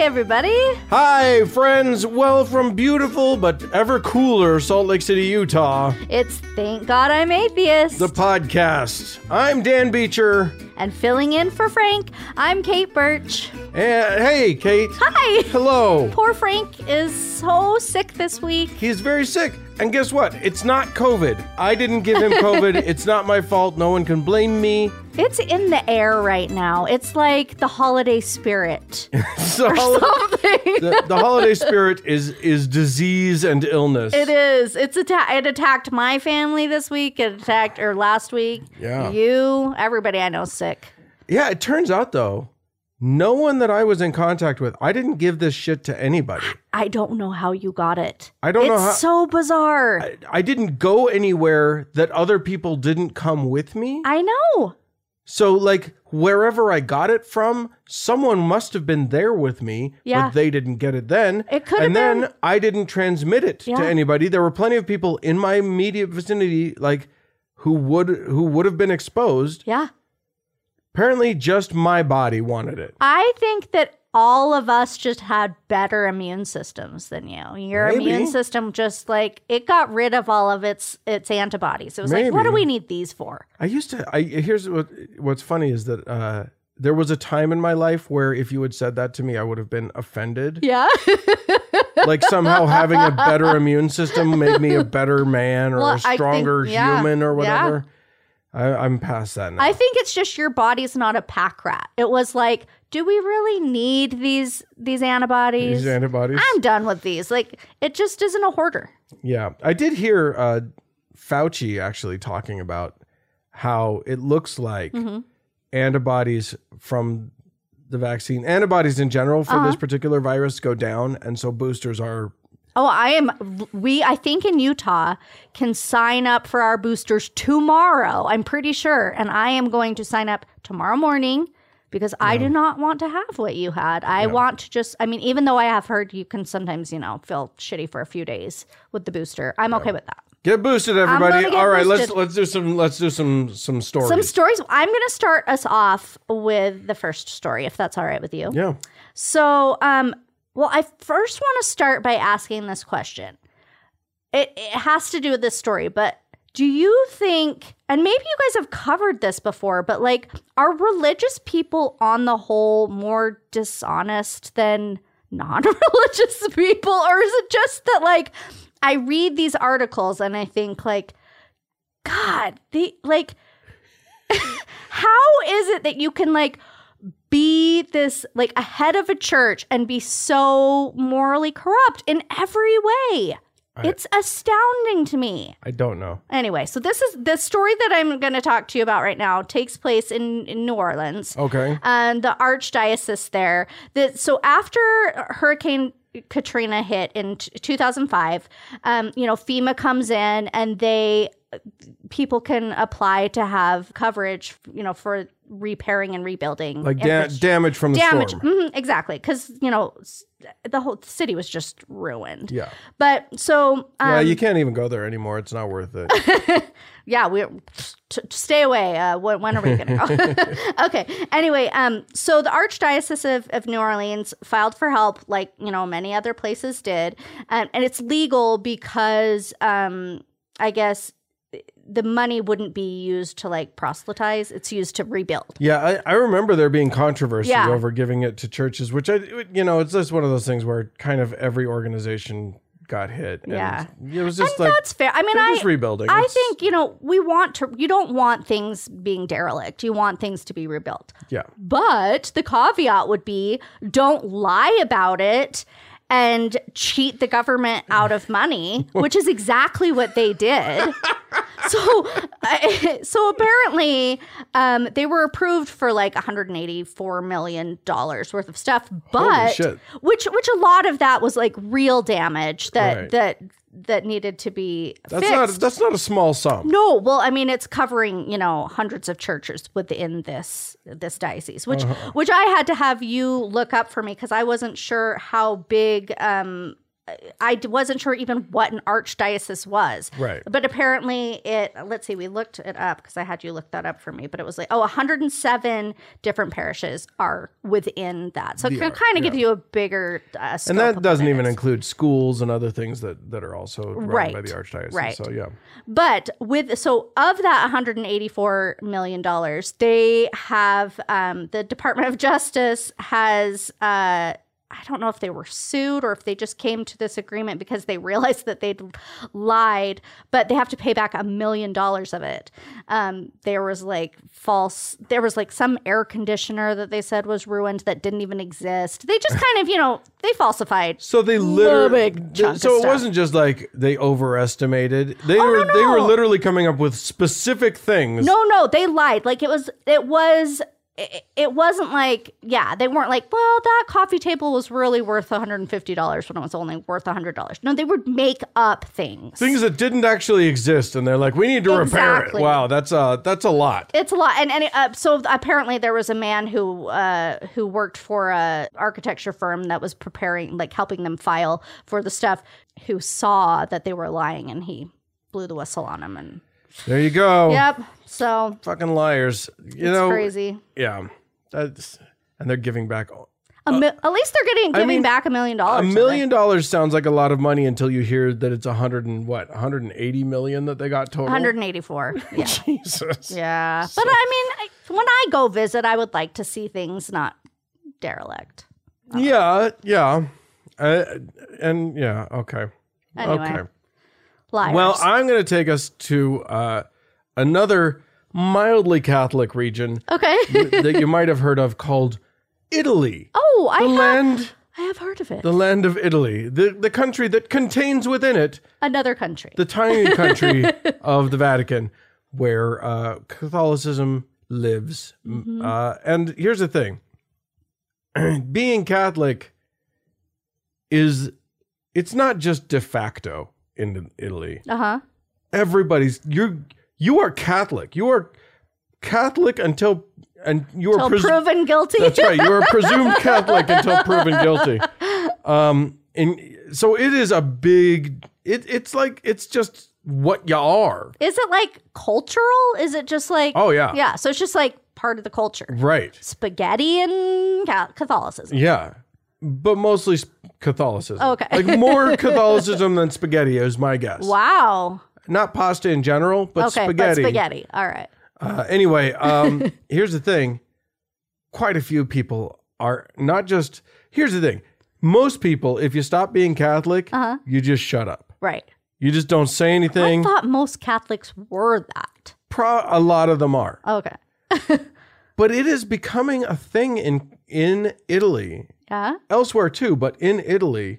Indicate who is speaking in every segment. Speaker 1: everybody.
Speaker 2: Hi, friends. Well, from beautiful but ever cooler Salt Lake City, Utah,
Speaker 1: It's Thank God I'm Atheist.
Speaker 2: the podcast. I'm Dan Beecher.
Speaker 1: and filling in for Frank, I'm Kate Birch.
Speaker 2: And hey, Kate.
Speaker 1: Hi!
Speaker 2: Hello.
Speaker 1: Poor Frank is so sick this week.
Speaker 2: He's very sick. And guess what? It's not COVID. I didn't give him COVID. it's not my fault. No one can blame me.
Speaker 1: It's in the air right now. It's like the holiday spirit.
Speaker 2: So the, the holiday spirit is is disease and illness.
Speaker 1: It is. It's atta- it attacked my family this week. It attacked or last week.
Speaker 2: Yeah.
Speaker 1: You, everybody I know is sick.
Speaker 2: Yeah, it turns out though, no one that I was in contact with, I didn't give this shit to anybody.
Speaker 1: I don't know how you got it.
Speaker 2: I don't
Speaker 1: it's
Speaker 2: know how-
Speaker 1: so bizarre. I,
Speaker 2: I didn't go anywhere that other people didn't come with me.
Speaker 1: know.
Speaker 2: So like wherever I got it from, someone must have been there with me,
Speaker 1: Yeah.
Speaker 2: but they didn't get it then.
Speaker 1: It could
Speaker 2: And
Speaker 1: have
Speaker 2: then I didn't transmit it
Speaker 1: Yeah.
Speaker 2: to anybody. There were plenty of people in my immediate vicinity like who would who would have been exposed.
Speaker 1: Yeah.
Speaker 2: Apparently just my body wanted it.
Speaker 1: I think that all of us just had better immune systems than you. Your
Speaker 2: Maybe.
Speaker 1: immune system just like it got rid of all of its its antibodies. It was like, what do
Speaker 2: Maybe.
Speaker 1: we need these for?
Speaker 2: I used to. I here's what what's funny is that uh, there was a time in my life where if you had said that to me, I would have been offended.
Speaker 1: Yeah.
Speaker 2: like somehow having a better immune system made me a better man or
Speaker 1: Well, I
Speaker 2: a
Speaker 1: think-
Speaker 2: stronger
Speaker 1: yeah,
Speaker 2: human or
Speaker 1: yeah.
Speaker 2: whatever. I, I'm past that now.
Speaker 1: I think it's just your body's not a pack rat. It was like, do we really need these these antibodies?
Speaker 2: These antibodies.
Speaker 1: I'm done with these. Like it just isn't a hoarder.
Speaker 2: yeah, I did hear uh, Fauci actually talking about how it looks like
Speaker 1: Mm-hmm.
Speaker 2: antibodies from the vaccine, antibodies in general for
Speaker 1: Uh-huh.
Speaker 2: this particular virus go down, and so boosters are
Speaker 1: Oh, I am. We, I think in Utah, can sign up for our boosters tomorrow. I'm pretty sure. And I am going to sign up tomorrow morning because I do not want to have what you had. I want to just, I mean, even though I have heard you can sometimes, you know, feel shitty for a few days with the booster, I'm okay with that.
Speaker 2: Get boosted,
Speaker 1: gonna
Speaker 2: everybody!
Speaker 1: get
Speaker 2: All right,
Speaker 1: boosted.
Speaker 2: let's let's do some let's do some some stories.
Speaker 1: Some stories. I'm going to start us off with the first story, if that's all right with you.
Speaker 2: yeah,
Speaker 1: So, um, well, I first want to start by asking this question. It, it has to do with this story, but do you think, and maybe you guys have covered this before, but like, are religious people on the whole more dishonest than non religious people? Or is it just that, like, I read these articles and I think, like, God, they like, how is it that you can, like, be this like a head of a church and be so morally corrupt in every way. it's astounding to me.
Speaker 2: I don't know.
Speaker 1: Anyway, so this is the story that I'm going to talk to you about right now takes place in, in New Orleans
Speaker 2: Okay,
Speaker 1: and the archdiocese there. That so after Hurricane Katrina hit in t- 2005, um, you know FEMA comes in and they people can apply to have coverage, you know, for repairing and rebuilding
Speaker 2: like da-
Speaker 1: infrastructure
Speaker 2: damage from the
Speaker 1: damage
Speaker 2: storm.
Speaker 1: mhm, exactly because you know s- the whole city was just ruined
Speaker 2: Yeah,
Speaker 1: but so um,
Speaker 2: well, you can't even go there anymore. It's not worth it.
Speaker 1: yeah we t- t- stay away uh, when, when are we gonna go okay anyway um so the archdiocese of, of new orleans filed for help like you know many other places did um, and it's legal because um i guess the money wouldn't be used to like proselytize it's used to rebuild
Speaker 2: yeah, I, I remember there being controversy
Speaker 1: Yeah.
Speaker 2: over giving it to churches, which I, you know, it's just one of those things where kind of every organization got hit. And
Speaker 1: Yeah.
Speaker 2: it was just like
Speaker 1: that's fair i mean
Speaker 2: they're
Speaker 1: i
Speaker 2: just rebuilding.
Speaker 1: I
Speaker 2: It's-
Speaker 1: think, you know, we want to, you don't want things being derelict. You want things to be rebuilt.
Speaker 2: yeah,
Speaker 1: But the caveat would be don't lie about it and cheat the government out of money, which is exactly what they did. So, I- so apparently, um, they were approved for like 184 million dollars worth of stuff, but
Speaker 2: shit.
Speaker 1: which which a lot of that was like real damage that
Speaker 2: Right.
Speaker 1: that that needed to be
Speaker 2: that's
Speaker 1: fixed.
Speaker 2: not that's not a small sum.
Speaker 1: No, well, I mean, it's covering you know hundreds of churches within this this diocese, which
Speaker 2: Uh-huh.
Speaker 1: which I had to have you look up for me because I wasn't sure how big um, I d- wasn't sure even what an archdiocese was.
Speaker 2: Right.
Speaker 1: But apparently, it, let's see, we looked it up because I had you look that up for me, but it was like, oh, 107 different parishes are within that. So it
Speaker 2: They
Speaker 1: can
Speaker 2: are,
Speaker 1: kind of give
Speaker 2: yeah.
Speaker 1: you a bigger uh, scope.
Speaker 2: and
Speaker 1: of
Speaker 2: that
Speaker 1: what
Speaker 2: doesn't
Speaker 1: it
Speaker 2: even
Speaker 1: is.
Speaker 2: include schools and other things that that are also run by
Speaker 1: Right.
Speaker 2: the archdiocese.
Speaker 1: Right.
Speaker 2: So yeah,
Speaker 1: But with so of that 184 million dollars, they have um, the Department of Justice has uh, I don't know if they were sued or if they just came to this agreement because they realized that they'd lied, but they have to pay back a million dollars of it. Um, there was like false, there was like some air conditioner that they said was ruined that didn't even exist. They just kind of you know they falsified.
Speaker 2: so they
Speaker 1: Little
Speaker 2: literally.
Speaker 1: big chunk of
Speaker 2: So it
Speaker 1: stuff. Oh,
Speaker 2: wasn't just like they overestimated. They were
Speaker 1: no,
Speaker 2: they were
Speaker 1: no.
Speaker 2: literally coming up with specific things.
Speaker 1: No, no, they lied. Like it was, it was, it, it wasn't like, yeah, they weren't like, well, that coffee table was really worth $150 when it was only worth $100. No, they would make up things.
Speaker 2: Things that didn't actually exist, and they're like, "We need to repair
Speaker 1: Exactly.
Speaker 2: it." Wow, that's uh, that's a lot.
Speaker 1: It's a lot, and, and it, uh, so apparently there was a man who uh, who worked for a architecture firm that was preparing, like helping them file for the stuff, who saw that they were lying, and he blew the whistle on him, and
Speaker 2: There you go.
Speaker 1: yep. So
Speaker 2: Fucking liars. Oh. You
Speaker 1: it's
Speaker 2: know.
Speaker 1: crazy.
Speaker 2: Yeah. That's and they're giving back
Speaker 1: A mi- at least they're getting giving
Speaker 2: uh, mean,
Speaker 1: back a million
Speaker 2: a
Speaker 1: dollars. of it.
Speaker 2: million dollars sounds like a lot of money until you hear that it's a hundred and what, hundred and eighty million that they got total.
Speaker 1: 184. Yeah.
Speaker 2: Jesus.
Speaker 1: yeah. But I mean, I, when I go visit, I would like to see things not derelict.
Speaker 2: Yeah, yeah. Uh, and yeah, okay.
Speaker 1: Anyway,
Speaker 2: okay.
Speaker 1: Liars.
Speaker 2: Well, I'm going to take us to uh, another mildly Catholic region
Speaker 1: okay.
Speaker 2: that you might have heard of called Italy.
Speaker 1: oh, I
Speaker 2: the
Speaker 1: have,
Speaker 2: land,
Speaker 1: I have heard of it.
Speaker 2: the land of Italy, the the country that contains within it
Speaker 1: Another country.
Speaker 2: the tiny country of the Vatican where uh, Catholicism lives. M- Uh, and here's the thing being Catholic is, it's not just de facto in Italy.
Speaker 1: uh huh.
Speaker 2: Everybody's, you're, you are Catholic. You are Catholic until, and you are
Speaker 1: Till
Speaker 2: pres-
Speaker 1: proven guilty.
Speaker 2: that's right. You are presumed Catholic until proven guilty. Um, and so it is a big. It it's like it's just what you are.
Speaker 1: Is it like cultural? Is it just like.
Speaker 2: Oh yeah. Mm-hmm.
Speaker 1: Yeah. So it's just like part of the culture.
Speaker 2: Right.
Speaker 1: Spaghetti and Ca- Catholicism.
Speaker 2: Yeah. But mostly s- Catholicism.
Speaker 1: Okay.
Speaker 2: Like more Catholicism than spaghetti is my guess.
Speaker 1: Wow.
Speaker 2: Not pasta in general, but
Speaker 1: okay. But
Speaker 2: spaghetti.
Speaker 1: spaghetti. All right.
Speaker 2: Uh, anyway, um, here's the thing. Quite a few people are not just. Here's the thing. Most people, if you stop being Catholic,
Speaker 1: Uh-huh.
Speaker 2: you just shut up.
Speaker 1: Right.
Speaker 2: You just don't say
Speaker 1: I
Speaker 2: anything.
Speaker 1: thought most Catholics were that.
Speaker 2: Pro- a lot of them are,
Speaker 1: Okay.
Speaker 2: but it is becoming a thing in in Italy,
Speaker 1: Yeah.
Speaker 2: elsewhere too, but in Italy,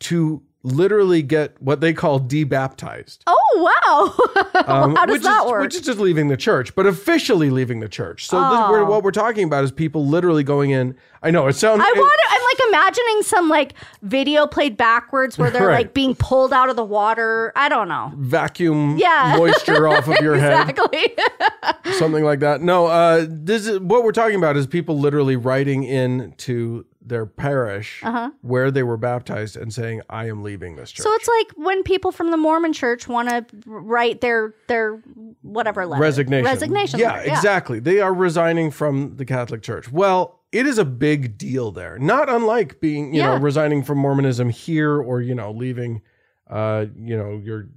Speaker 2: to literally get what they call debaptized, Um,
Speaker 1: Oh wow! How does
Speaker 2: which
Speaker 1: that
Speaker 2: is,
Speaker 1: work?
Speaker 2: Which is just leaving the church, but officially leaving the church. So this, we're,
Speaker 1: Oh.
Speaker 2: what we're talking about is people literally going in. I know it sounds.
Speaker 1: I
Speaker 2: it-
Speaker 1: want to. I'm like imagining some like video played backwards where they're
Speaker 2: Right.
Speaker 1: like being pulled out of the water. I don't know
Speaker 2: vacuum
Speaker 1: Yeah.
Speaker 2: moisture off of your head.
Speaker 1: exactly.
Speaker 2: something like that. No, uh, this is what we're talking about is people literally writing in to their parish
Speaker 1: Uh-huh.
Speaker 2: where they were baptized and saying, "I am leaving this church."
Speaker 1: so it's like when people from the Mormon Church want to write their their whatever letter
Speaker 2: resignation.
Speaker 1: resignation.
Speaker 2: Yeah,
Speaker 1: letter.
Speaker 2: exactly. They are resigning from the Catholic Church. Well. It is a big deal there, not unlike being, you know,
Speaker 1: Yeah.
Speaker 2: resigning from Mormonism here or, you know, leaving, uh, you know, your.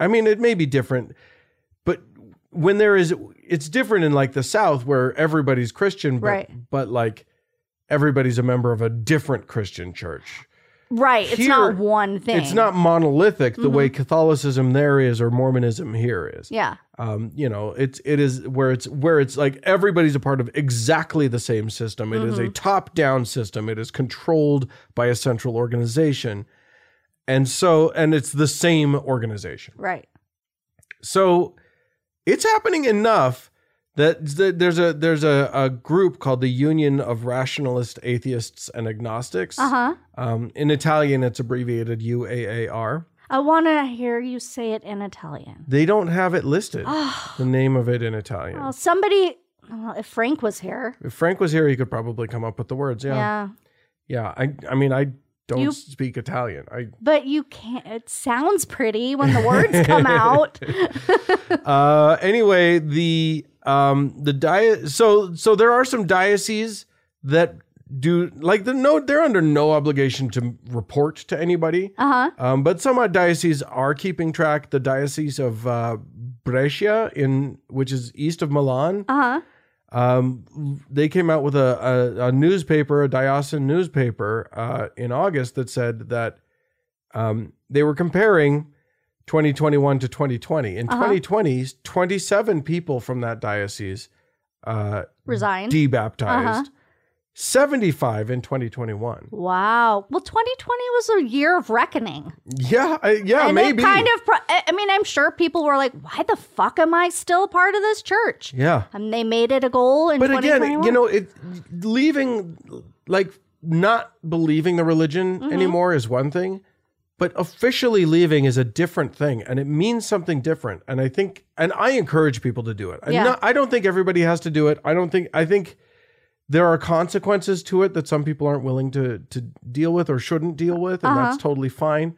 Speaker 2: I mean, it may be different, but when there is, it's different in like the South where everybody's Christian, but,
Speaker 1: Right.
Speaker 2: but like everybody's a member of a different Christian church.
Speaker 1: Right. It's not
Speaker 2: Here,
Speaker 1: one thing.
Speaker 2: It's not monolithic the
Speaker 1: Mm-hmm.
Speaker 2: way Catholicism there is or Mormonism here is.
Speaker 1: Yeah.
Speaker 2: Um, you know, it's it is where it's where it's like everybody's a part of exactly the same system. It is a top-down system. It is controlled by a central organization. And so and it's the same organization.
Speaker 1: Right.
Speaker 2: So it's happening enough that th- there's a there's a, a group called the Union of Rationalist Atheists and Agnostics.
Speaker 1: Uh huh.
Speaker 2: Um, in Italian, it's abbreviated UAAR.
Speaker 1: I want to hear you say it in Italian.
Speaker 2: They don't have it listed, the name of it in Italian.
Speaker 1: Well, somebody, well, if Frank was here,
Speaker 2: If Frank was here, he could probably come up with the words. Yeah, yeah.
Speaker 1: yeah.
Speaker 2: I I mean, I don't
Speaker 1: You-
Speaker 2: speak Italian. I
Speaker 1: But you can't. It sounds pretty when the words come out.
Speaker 2: uh, anyway, the um, the diet. So so there are some dioceses that do like the no. They're under no obligation to report to anybody.
Speaker 1: Uh huh.
Speaker 2: Um, but some odd dioceses are keeping track. The diocese of uh, Brescia, in which is east of Milan,
Speaker 1: Uh huh.
Speaker 2: um, they came out with a, a, a newspaper, a diocesan newspaper, uh, in August that said that um, they were comparing 2021 to 2020. In
Speaker 1: Uh-huh.
Speaker 2: 2020, 27 people from that diocese uh,
Speaker 1: Resign.
Speaker 2: debaptized,
Speaker 1: Uh-huh.
Speaker 2: 75 in 2021.
Speaker 1: Wow. Well, 2020 was a year of reckoning.
Speaker 2: Yeah, I, yeah,
Speaker 1: and
Speaker 2: maybe.
Speaker 1: it kind of, pro- I I mean, I'm sure people were like, why the fuck am I still a part of this church?
Speaker 2: yeah.
Speaker 1: And they made it a goal in
Speaker 2: but again
Speaker 1: 2021.
Speaker 2: you know it leaving like not believing the religion
Speaker 1: Mm-hmm.
Speaker 2: anymore is one thing but officially leaving is a different thing and it means something different and i think and i encourage people to do it I'm
Speaker 1: Yeah.
Speaker 2: not- i don't think everybody has to do it i don't think i think there are consequences to it that some people aren't willing to to deal with or shouldn't deal with and that's
Speaker 1: Uh-huh.
Speaker 2: totally fine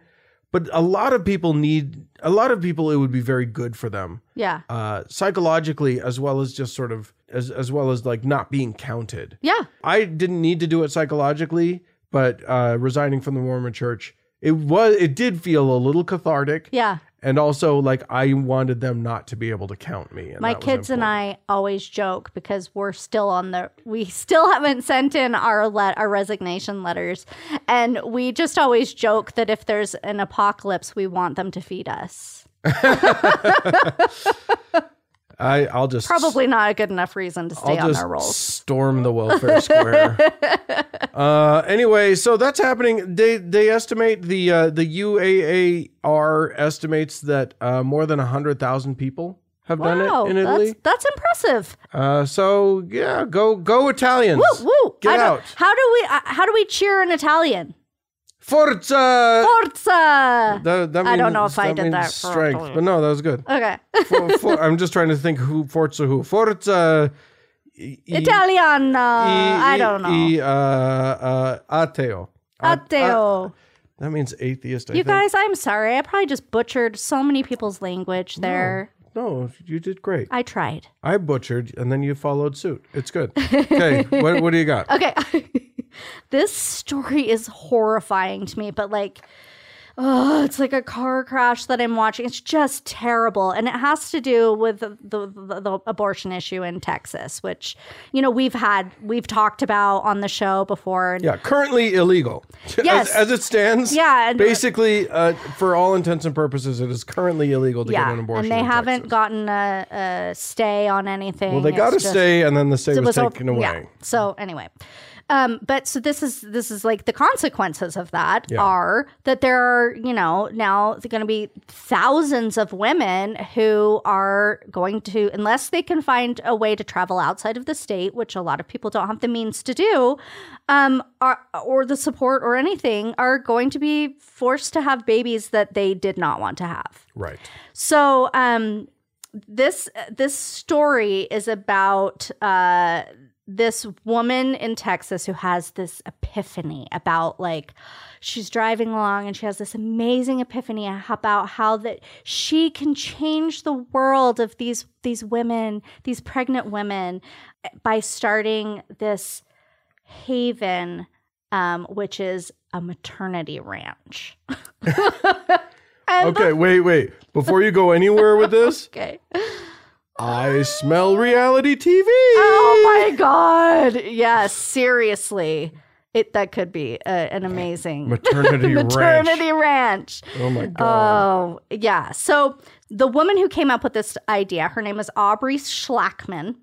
Speaker 2: but a lot of people need a lot of people it would be very good for them
Speaker 1: yeah.
Speaker 2: uh, psychologically as well as just sort of as as well as like not being counted.
Speaker 1: Yeah.
Speaker 2: I didn't need to do it psychologically, but uh, resigning from the Mormon Church, it was it did feel a little cathartic,
Speaker 1: Yeah.
Speaker 2: and also like I wanted them not to be able to count me. And
Speaker 1: My
Speaker 2: that was
Speaker 1: kids and
Speaker 2: important.
Speaker 1: I always joke because we're still on the we still haven't sent in our let our resignation letters and we just always joke that if there's an apocalypse we want them to feed us.
Speaker 2: I I'll just
Speaker 1: Probably not a good enough reason to stay
Speaker 2: I'll
Speaker 1: on
Speaker 2: just
Speaker 1: their rolls.
Speaker 2: storm the welfare square. uh, anyway, so that's happening. They they estimate the uh, the UAAR estimates that uh, more than hundred thousand people have
Speaker 1: Wow,
Speaker 2: done it in Italy.
Speaker 1: that's that's impressive.
Speaker 2: Uh, so yeah, go go Italians!
Speaker 1: Woo, woo.
Speaker 2: Get
Speaker 1: I don't-
Speaker 2: out.
Speaker 1: How do we uh, how do we cheer in Italian?
Speaker 2: Forza!
Speaker 1: Forza.
Speaker 2: That- that
Speaker 1: I don't
Speaker 2: means-
Speaker 1: know if I did
Speaker 2: means
Speaker 1: that for-
Speaker 2: Strength, but no, that was good.
Speaker 1: Okay.
Speaker 2: For, for, I'm just trying to think who Forza who Forza. I- I-
Speaker 1: Italian. uh,
Speaker 2: E
Speaker 1: I don't know.
Speaker 2: I, E, uh, uh, ateo.
Speaker 1: Ateo.
Speaker 2: That means atheist. I
Speaker 1: You
Speaker 2: think.
Speaker 1: guys, I'm sorry. I probably just butchered so many people's language there.
Speaker 2: No, you did great.
Speaker 1: I tried.
Speaker 2: I butchered, and then you followed suit. It's good. Okay, what, what do you got?
Speaker 1: Okay. this story is horrifying to me, but like, oh, it's like a car crash that I'm watching. It's just terrible. And it has to do with the, the, the, the abortion issue in Texas, which, you know, we've had, we've talked about on the show before. And
Speaker 2: Yeah, currently illegal.
Speaker 1: Yes.
Speaker 2: As, as it stands.
Speaker 1: Yeah, and-
Speaker 2: basically, uh, for all intents and purposes, it is currently illegal to get an abortion.
Speaker 1: and they
Speaker 2: in
Speaker 1: haven't
Speaker 2: Texas.
Speaker 1: gotten a, a stay on anything.
Speaker 2: Well, they
Speaker 1: It's
Speaker 2: got to
Speaker 1: just-
Speaker 2: stay, and then the state was,
Speaker 1: all-
Speaker 2: taken away.
Speaker 1: Yeah. So anyway, um, but so this is this is like the consequences of that are that there are you know now going to be thousands of women who are going to unless they can find a way to travel outside of the state, which a lot of people don't have the means to do, um, are, or the support or anything, are going to be forced to have babies that they did not want to have.
Speaker 2: Right.
Speaker 1: So, um, this this story is about uh, this woman in Texas who has this epiphany about like she's driving along and she has this amazing epiphany about how that she can change the world of these these women, these pregnant women, eh, by starting this haven, um, which is a maternity ranch. And
Speaker 2: Okay, wait, wait. Before you go anywhere with this,
Speaker 1: Okay.
Speaker 2: I smell reality TV.
Speaker 1: Oh my god! Yes, seriously, it that could be a, an amazing
Speaker 2: Maternity, ranch.
Speaker 1: maternity ranch.
Speaker 2: Oh my god.
Speaker 1: Oh yeah. So the woman who came up with this idea, her name is Aubrey Schlackman,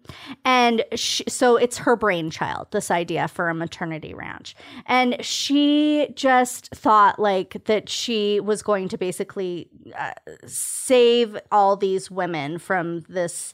Speaker 1: and she, so it's her brainchild. This idea for a maternity ranch, and she just thought like that she was going to basically uh, save all these women from this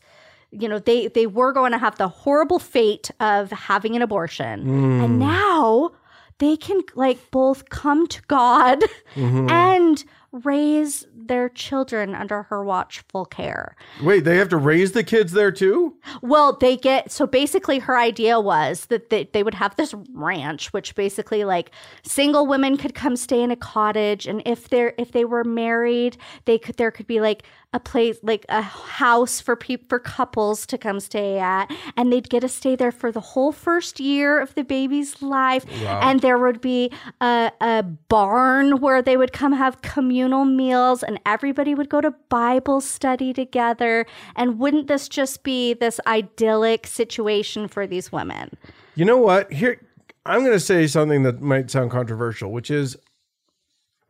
Speaker 1: you know they they were going to have the horrible fate of having an abortion and now they can like both come to god and raise their children under her watchful care.
Speaker 2: Wait, they have to raise the kids there too?
Speaker 1: Well, they get so basically her idea was that they, they would have this ranch, which basically like single women could come stay in a cottage, and if they're if they were married, they could there could be like a place like a house for people for couples to come stay at, and they'd get to stay there for the whole first year of the baby's life,
Speaker 2: Wow.
Speaker 1: and there would be a, a barn where they would come have communal meals, and everybody would go to Bible study together, and wouldn't this just be this idyllic situation for these women?
Speaker 2: You know what? Here, I'm going to say something that might sound controversial, which is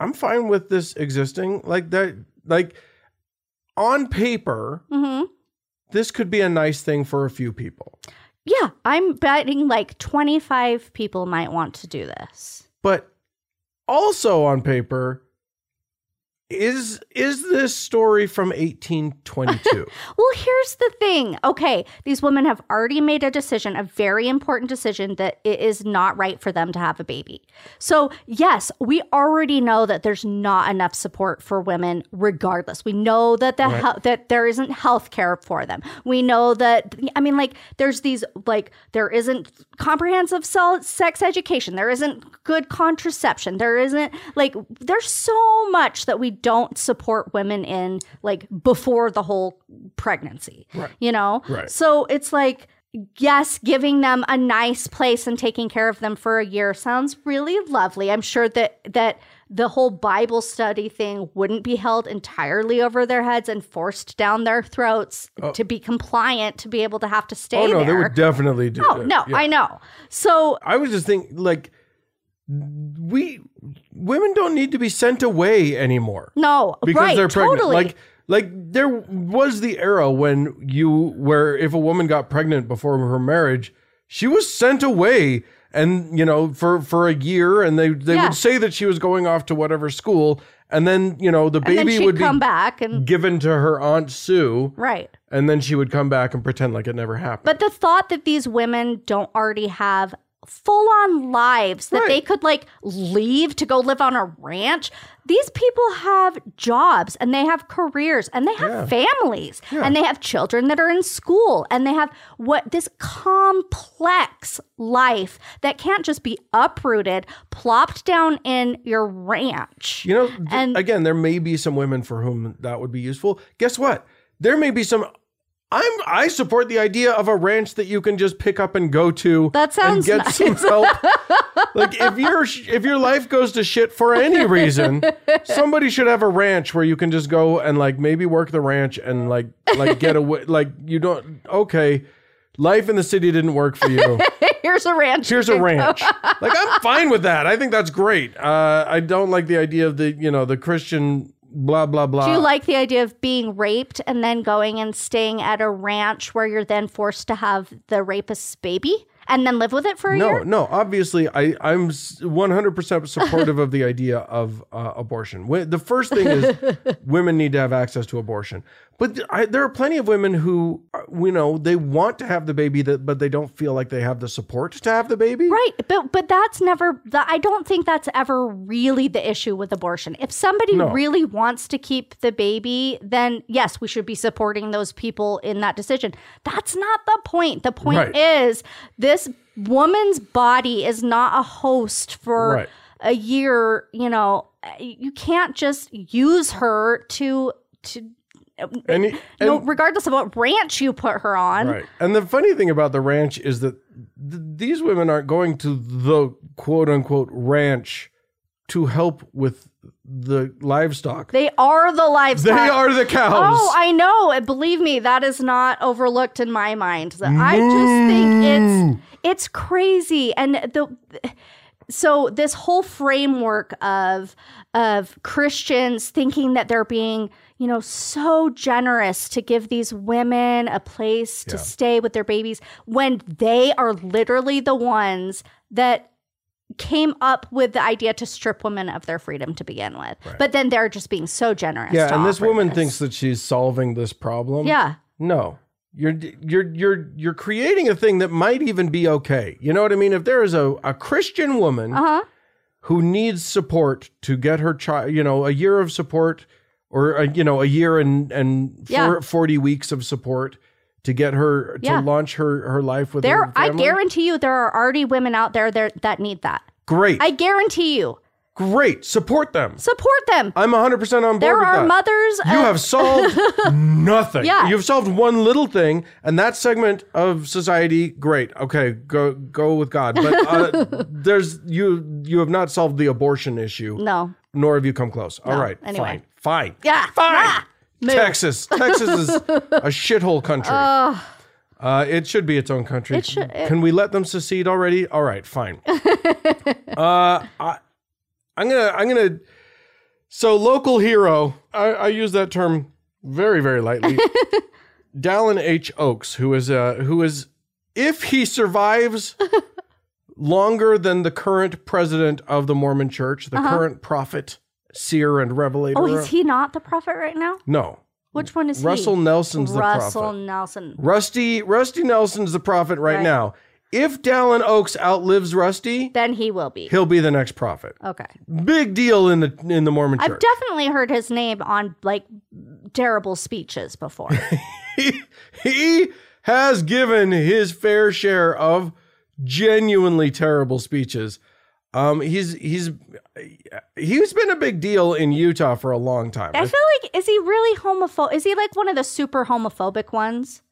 Speaker 2: I'm fine with this existing. Like that, like on paper,
Speaker 1: hmm
Speaker 2: this could be a nice thing for a few people.
Speaker 1: Yeah, I'm betting like 25 people might want to do this.
Speaker 2: But also on paper, is is this story from 1822?
Speaker 1: Well, here's the thing. Okay, these women have already made a decision, a very important decision, that it is not right for them to have a baby. So, yes, we already know that there's not enough support for women, regardless. We know that the
Speaker 2: Right.
Speaker 1: hel- that there isn't health care for them. We know that I mean, like, there's these like there isn't comprehensive sel- sex education. There isn't good contraception. There isn't like there's so much that we don't support women in like before the whole pregnancy.
Speaker 2: Right.
Speaker 1: You know?
Speaker 2: Right.
Speaker 1: So it's like, yes, giving them a nice place and taking care of them for a year sounds really lovely. I'm sure that that the whole Bible study thing wouldn't be held entirely over their heads and forced down their throats to be compliant to be able to have to stay
Speaker 2: oh no,
Speaker 1: there.
Speaker 2: they would definitely do.
Speaker 1: no, no, I know. So
Speaker 2: I was just thinking, like, we women don't need to be sent away anymore
Speaker 1: no,
Speaker 2: because
Speaker 1: right,
Speaker 2: they're pregnant.
Speaker 1: totally.
Speaker 2: Like, like there was the era when you where if a woman got pregnant before her marriage, she was sent away, and you know for for a year, and they they
Speaker 1: Yeah.
Speaker 2: would say that she was going off to whatever school, and then you know the
Speaker 1: and then
Speaker 2: baby
Speaker 1: she'd
Speaker 2: would be
Speaker 1: come back and
Speaker 2: given to her aunt Sue,
Speaker 1: right.
Speaker 2: and then she would come back and pretend like it never happened.
Speaker 1: But the thought that these women don't already have full on lives that
Speaker 2: Right.
Speaker 1: they could like leave to go live on a ranch. These people have jobs and they have careers and they have families and they have children that are in school and they have what this complex life that can't just be uprooted, plopped down in your ranch.
Speaker 2: You know, th-
Speaker 1: And-
Speaker 2: again, there may be some women for whom that would be useful. Guess what? There may be some. I'm I support the idea of a ranch that you can just pick up and go to.
Speaker 1: That sounds
Speaker 2: and get some help. like if your sh- if your life goes to shit for any reason, somebody should have a ranch where you can just go and like maybe work the ranch and like like get away. like you don't okay. Life in the city didn't work for you.
Speaker 1: Here's a ranch.
Speaker 2: Here's a ranch. like I'm fine with that. I think that's great. Uh, I don't like the idea of the you know the Christian blah blah blah.
Speaker 1: Do you like the idea of being raped and then going and staying at a ranch where you're then forced to have the rapist's baby and then live with it for a
Speaker 2: no,
Speaker 1: year?
Speaker 2: no. Obviously, I I'm s- 100% supportive of the idea of uh, abortion. Wh- The first thing is women need to have access to abortion. But th- I, there are plenty of women who uh, you know they want to have the baby, that, but they don't feel like they have the support to have the baby.
Speaker 1: Right, but but that's never. The, I don't think that's ever really the issue with abortion. If somebody
Speaker 2: No.
Speaker 1: really wants to keep the baby, then yes, we should be supporting those people in that decision. That's not the point. The point
Speaker 2: Right.
Speaker 1: is this woman's body is not a host for
Speaker 2: Right.
Speaker 1: a year. You know, you can't just use her to to.
Speaker 2: And, it- and
Speaker 1: no, regardless of what ranch you put her on,
Speaker 2: Right. And the funny thing about the ranch is that th- these women aren't going to the quote unquote ranch to help with the livestock. They,
Speaker 1: they are the livestock.
Speaker 2: are the cows.
Speaker 1: Oh, I know. And Believe me, that is not overlooked in my mind. That- I just think it's it's crazy, and the so this whole framework of of Christians thinking that they're being you know so generous to give these women a place to
Speaker 2: Yeah.
Speaker 1: stay with their babies when they are literally the ones that came up with the idea to strip women of their freedom to begin with but then they're just being so generous
Speaker 2: Mm. yeah,
Speaker 1: to
Speaker 2: and this
Speaker 1: offer
Speaker 2: woman
Speaker 1: this.
Speaker 2: thinks that she's solving this problem.
Speaker 1: yeah
Speaker 2: No. You're you're you're you're creating a thing that might even be okay. You know what I mean? If there is a, a Christian woman
Speaker 1: Uh huh.
Speaker 2: who needs support to get her child, you know, a year of support or, a, you know, a year and, and
Speaker 1: Yeah.
Speaker 2: four, 40 weeks of support to get her to
Speaker 1: Yeah.
Speaker 2: launch her, her life with
Speaker 1: There,
Speaker 2: her
Speaker 1: I
Speaker 2: family?
Speaker 1: guarantee you, there are already women out there there that need that.
Speaker 2: Great.
Speaker 1: I guarantee you.
Speaker 2: Great. Support them.
Speaker 1: Support them.
Speaker 2: I'm 100% on board
Speaker 1: There
Speaker 2: with
Speaker 1: are
Speaker 2: that.
Speaker 1: mothers.
Speaker 2: You
Speaker 1: uh,
Speaker 2: have solved nothing.
Speaker 1: Yeah.
Speaker 2: You've solved one little thing, and that segment of society, great. Okay, go go with God. But uh, there's you you have not solved the abortion issue,
Speaker 1: no.
Speaker 2: nor have you come close. All right,
Speaker 1: anyway.
Speaker 2: fine, fine,
Speaker 1: Yeah.
Speaker 2: fine.
Speaker 1: Ah, move.
Speaker 2: Texas, Texas is a shithole country.
Speaker 1: Ugh.
Speaker 2: Uh, it should be its own country.
Speaker 1: It should- it-
Speaker 2: Can we let them secede already? All right, fine. uh, I, I'm gonna, I'm gonna. So local hero, I, I use that term very, very lightly. Dallin H. Oaks, who is, uh, who is, if he survives longer than the current president of the Mormon Church, the current prophet, seer, and revelator.
Speaker 1: Uh-huh. oh, is he not the prophet right now?
Speaker 2: no,
Speaker 1: Which one is
Speaker 2: Russell
Speaker 1: he?
Speaker 2: Nelson's the prophet.
Speaker 1: Russell Nelson.
Speaker 2: Rusty Rusty Nelson's the prophet right,
Speaker 1: Right.
Speaker 2: now. If Dallin Oaks outlives Rusty,
Speaker 1: Then he will be.
Speaker 2: he'll be the next prophet.
Speaker 1: Okay.
Speaker 2: Big deal in the in the Mormon
Speaker 1: I've
Speaker 2: church.
Speaker 1: definitely heard his name on like terrible speeches before.
Speaker 2: he has given his fair share of genuinely terrible speeches. Um, he's he's he's been a big deal in Utah for a long time.
Speaker 1: I feel like is he really homophobic? Is he like one of the super homophobic ones?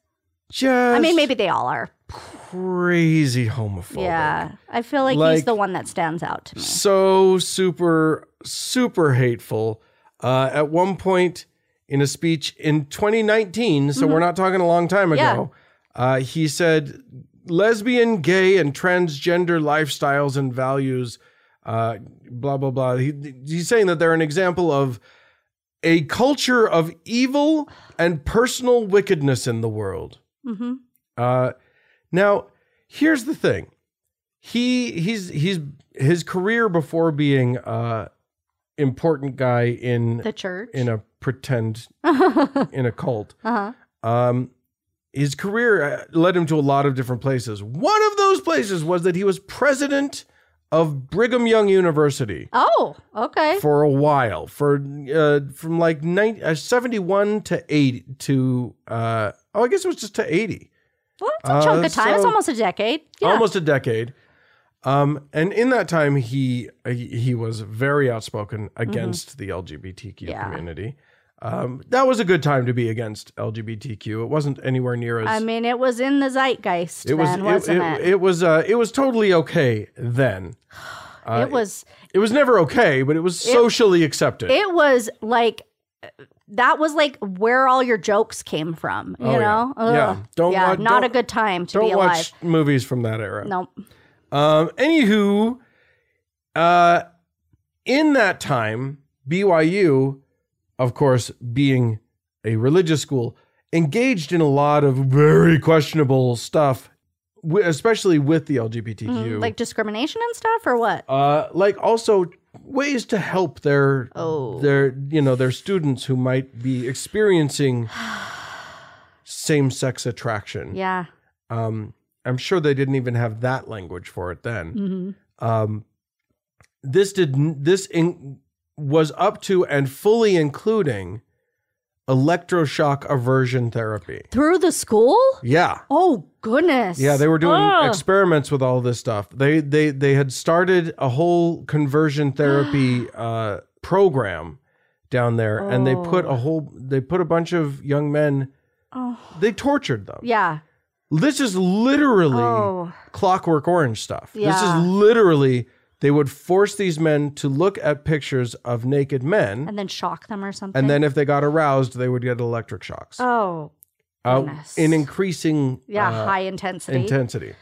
Speaker 2: Just
Speaker 1: I mean, maybe they all are.
Speaker 2: crazy homophobic.
Speaker 1: Yeah. I feel like, he's
Speaker 2: Like-
Speaker 1: the one that stands out to me.
Speaker 2: so super super hateful uh, at one point in a speech in 2019 so we're not talking a long time ago uh, he said lesbian gay and transgender lifestyles and values uh, blah blah blah he, he's saying that they're an example of a culture of evil and personal wickedness in the world
Speaker 1: hmm
Speaker 2: uh, now, here's the thing. He he's he's his career before being uh important guy in
Speaker 1: The church.
Speaker 2: in a pretend
Speaker 1: uh-huh.
Speaker 2: in a cult. Um his career uh, led him to a lot of different places. One of those places was that he was president of Brigham Young University
Speaker 1: Oh, okay.
Speaker 2: for a while, for uh, from like 90, uh, 71 to 80 to uh oh, I guess it was just to 80.
Speaker 1: Well, that's a chunk
Speaker 2: Uh,
Speaker 1: of time. it's
Speaker 2: so-
Speaker 1: almost a decade. Yeah.
Speaker 2: almost a decade. Um, and in that time, he he he was very outspoken against the LGBTQ
Speaker 1: Mm-hmm. Yeah.
Speaker 2: community. Um, that was a good time to be against LGBTQ. It wasn't anywhere near as
Speaker 1: I mean, it was in the zeitgeist
Speaker 2: it was.
Speaker 1: then, wasn't
Speaker 2: it,
Speaker 1: it?
Speaker 2: it was. Uh, it was totally okay then. uh,
Speaker 1: it was.
Speaker 2: It was never okay, but it was socially accepted.
Speaker 1: It was like that was like where all your jokes came from. You
Speaker 2: Oh, yeah.
Speaker 1: know?
Speaker 2: Yeah.
Speaker 1: Ugh.
Speaker 2: Don't
Speaker 1: yeah.
Speaker 2: wa-
Speaker 1: not
Speaker 2: don't-
Speaker 1: a good time to
Speaker 2: Don't
Speaker 1: be alive.
Speaker 2: watch movies from that era.
Speaker 1: No.
Speaker 2: Um, anywho, uh, in that time, BYU, of course, being a religious school, engaged in a lot of very questionable stuff, wi- especially with the LGBTQ.
Speaker 1: Mhm. Like discrimination and stuff, or what?
Speaker 2: uh, like also ways to help their
Speaker 1: Oh.
Speaker 2: their you know their students who might be experiencing same sex attraction.
Speaker 1: Yeah.
Speaker 2: Um, I'm sure they didn't even have that language for it then
Speaker 1: hmm
Speaker 2: um, this did this in, was up to and fully including electroshock aversion therapy.
Speaker 1: Through the school?
Speaker 2: Yeah.
Speaker 1: Oh goodness.
Speaker 2: Yeah, they were doing
Speaker 1: Ugh.
Speaker 2: experiments with all this stuff. They they they had started a whole conversion therapy uh, program down there, and they put a whole they put a bunch of young men.
Speaker 1: oh.
Speaker 2: They tortured them.
Speaker 1: Yeah.
Speaker 2: This is literally
Speaker 1: Oh.
Speaker 2: Clockwork Orange stuff. This
Speaker 1: Yeah.
Speaker 2: is literally they would force these men to look at pictures of naked men,
Speaker 1: And then shock them or something.
Speaker 2: and then if they got aroused, they would get electric shocks
Speaker 1: Oh.
Speaker 2: Uh,
Speaker 1: goodness.
Speaker 2: in increasing
Speaker 1: Yeah.
Speaker 2: uh,
Speaker 1: high intensity.
Speaker 2: intensity.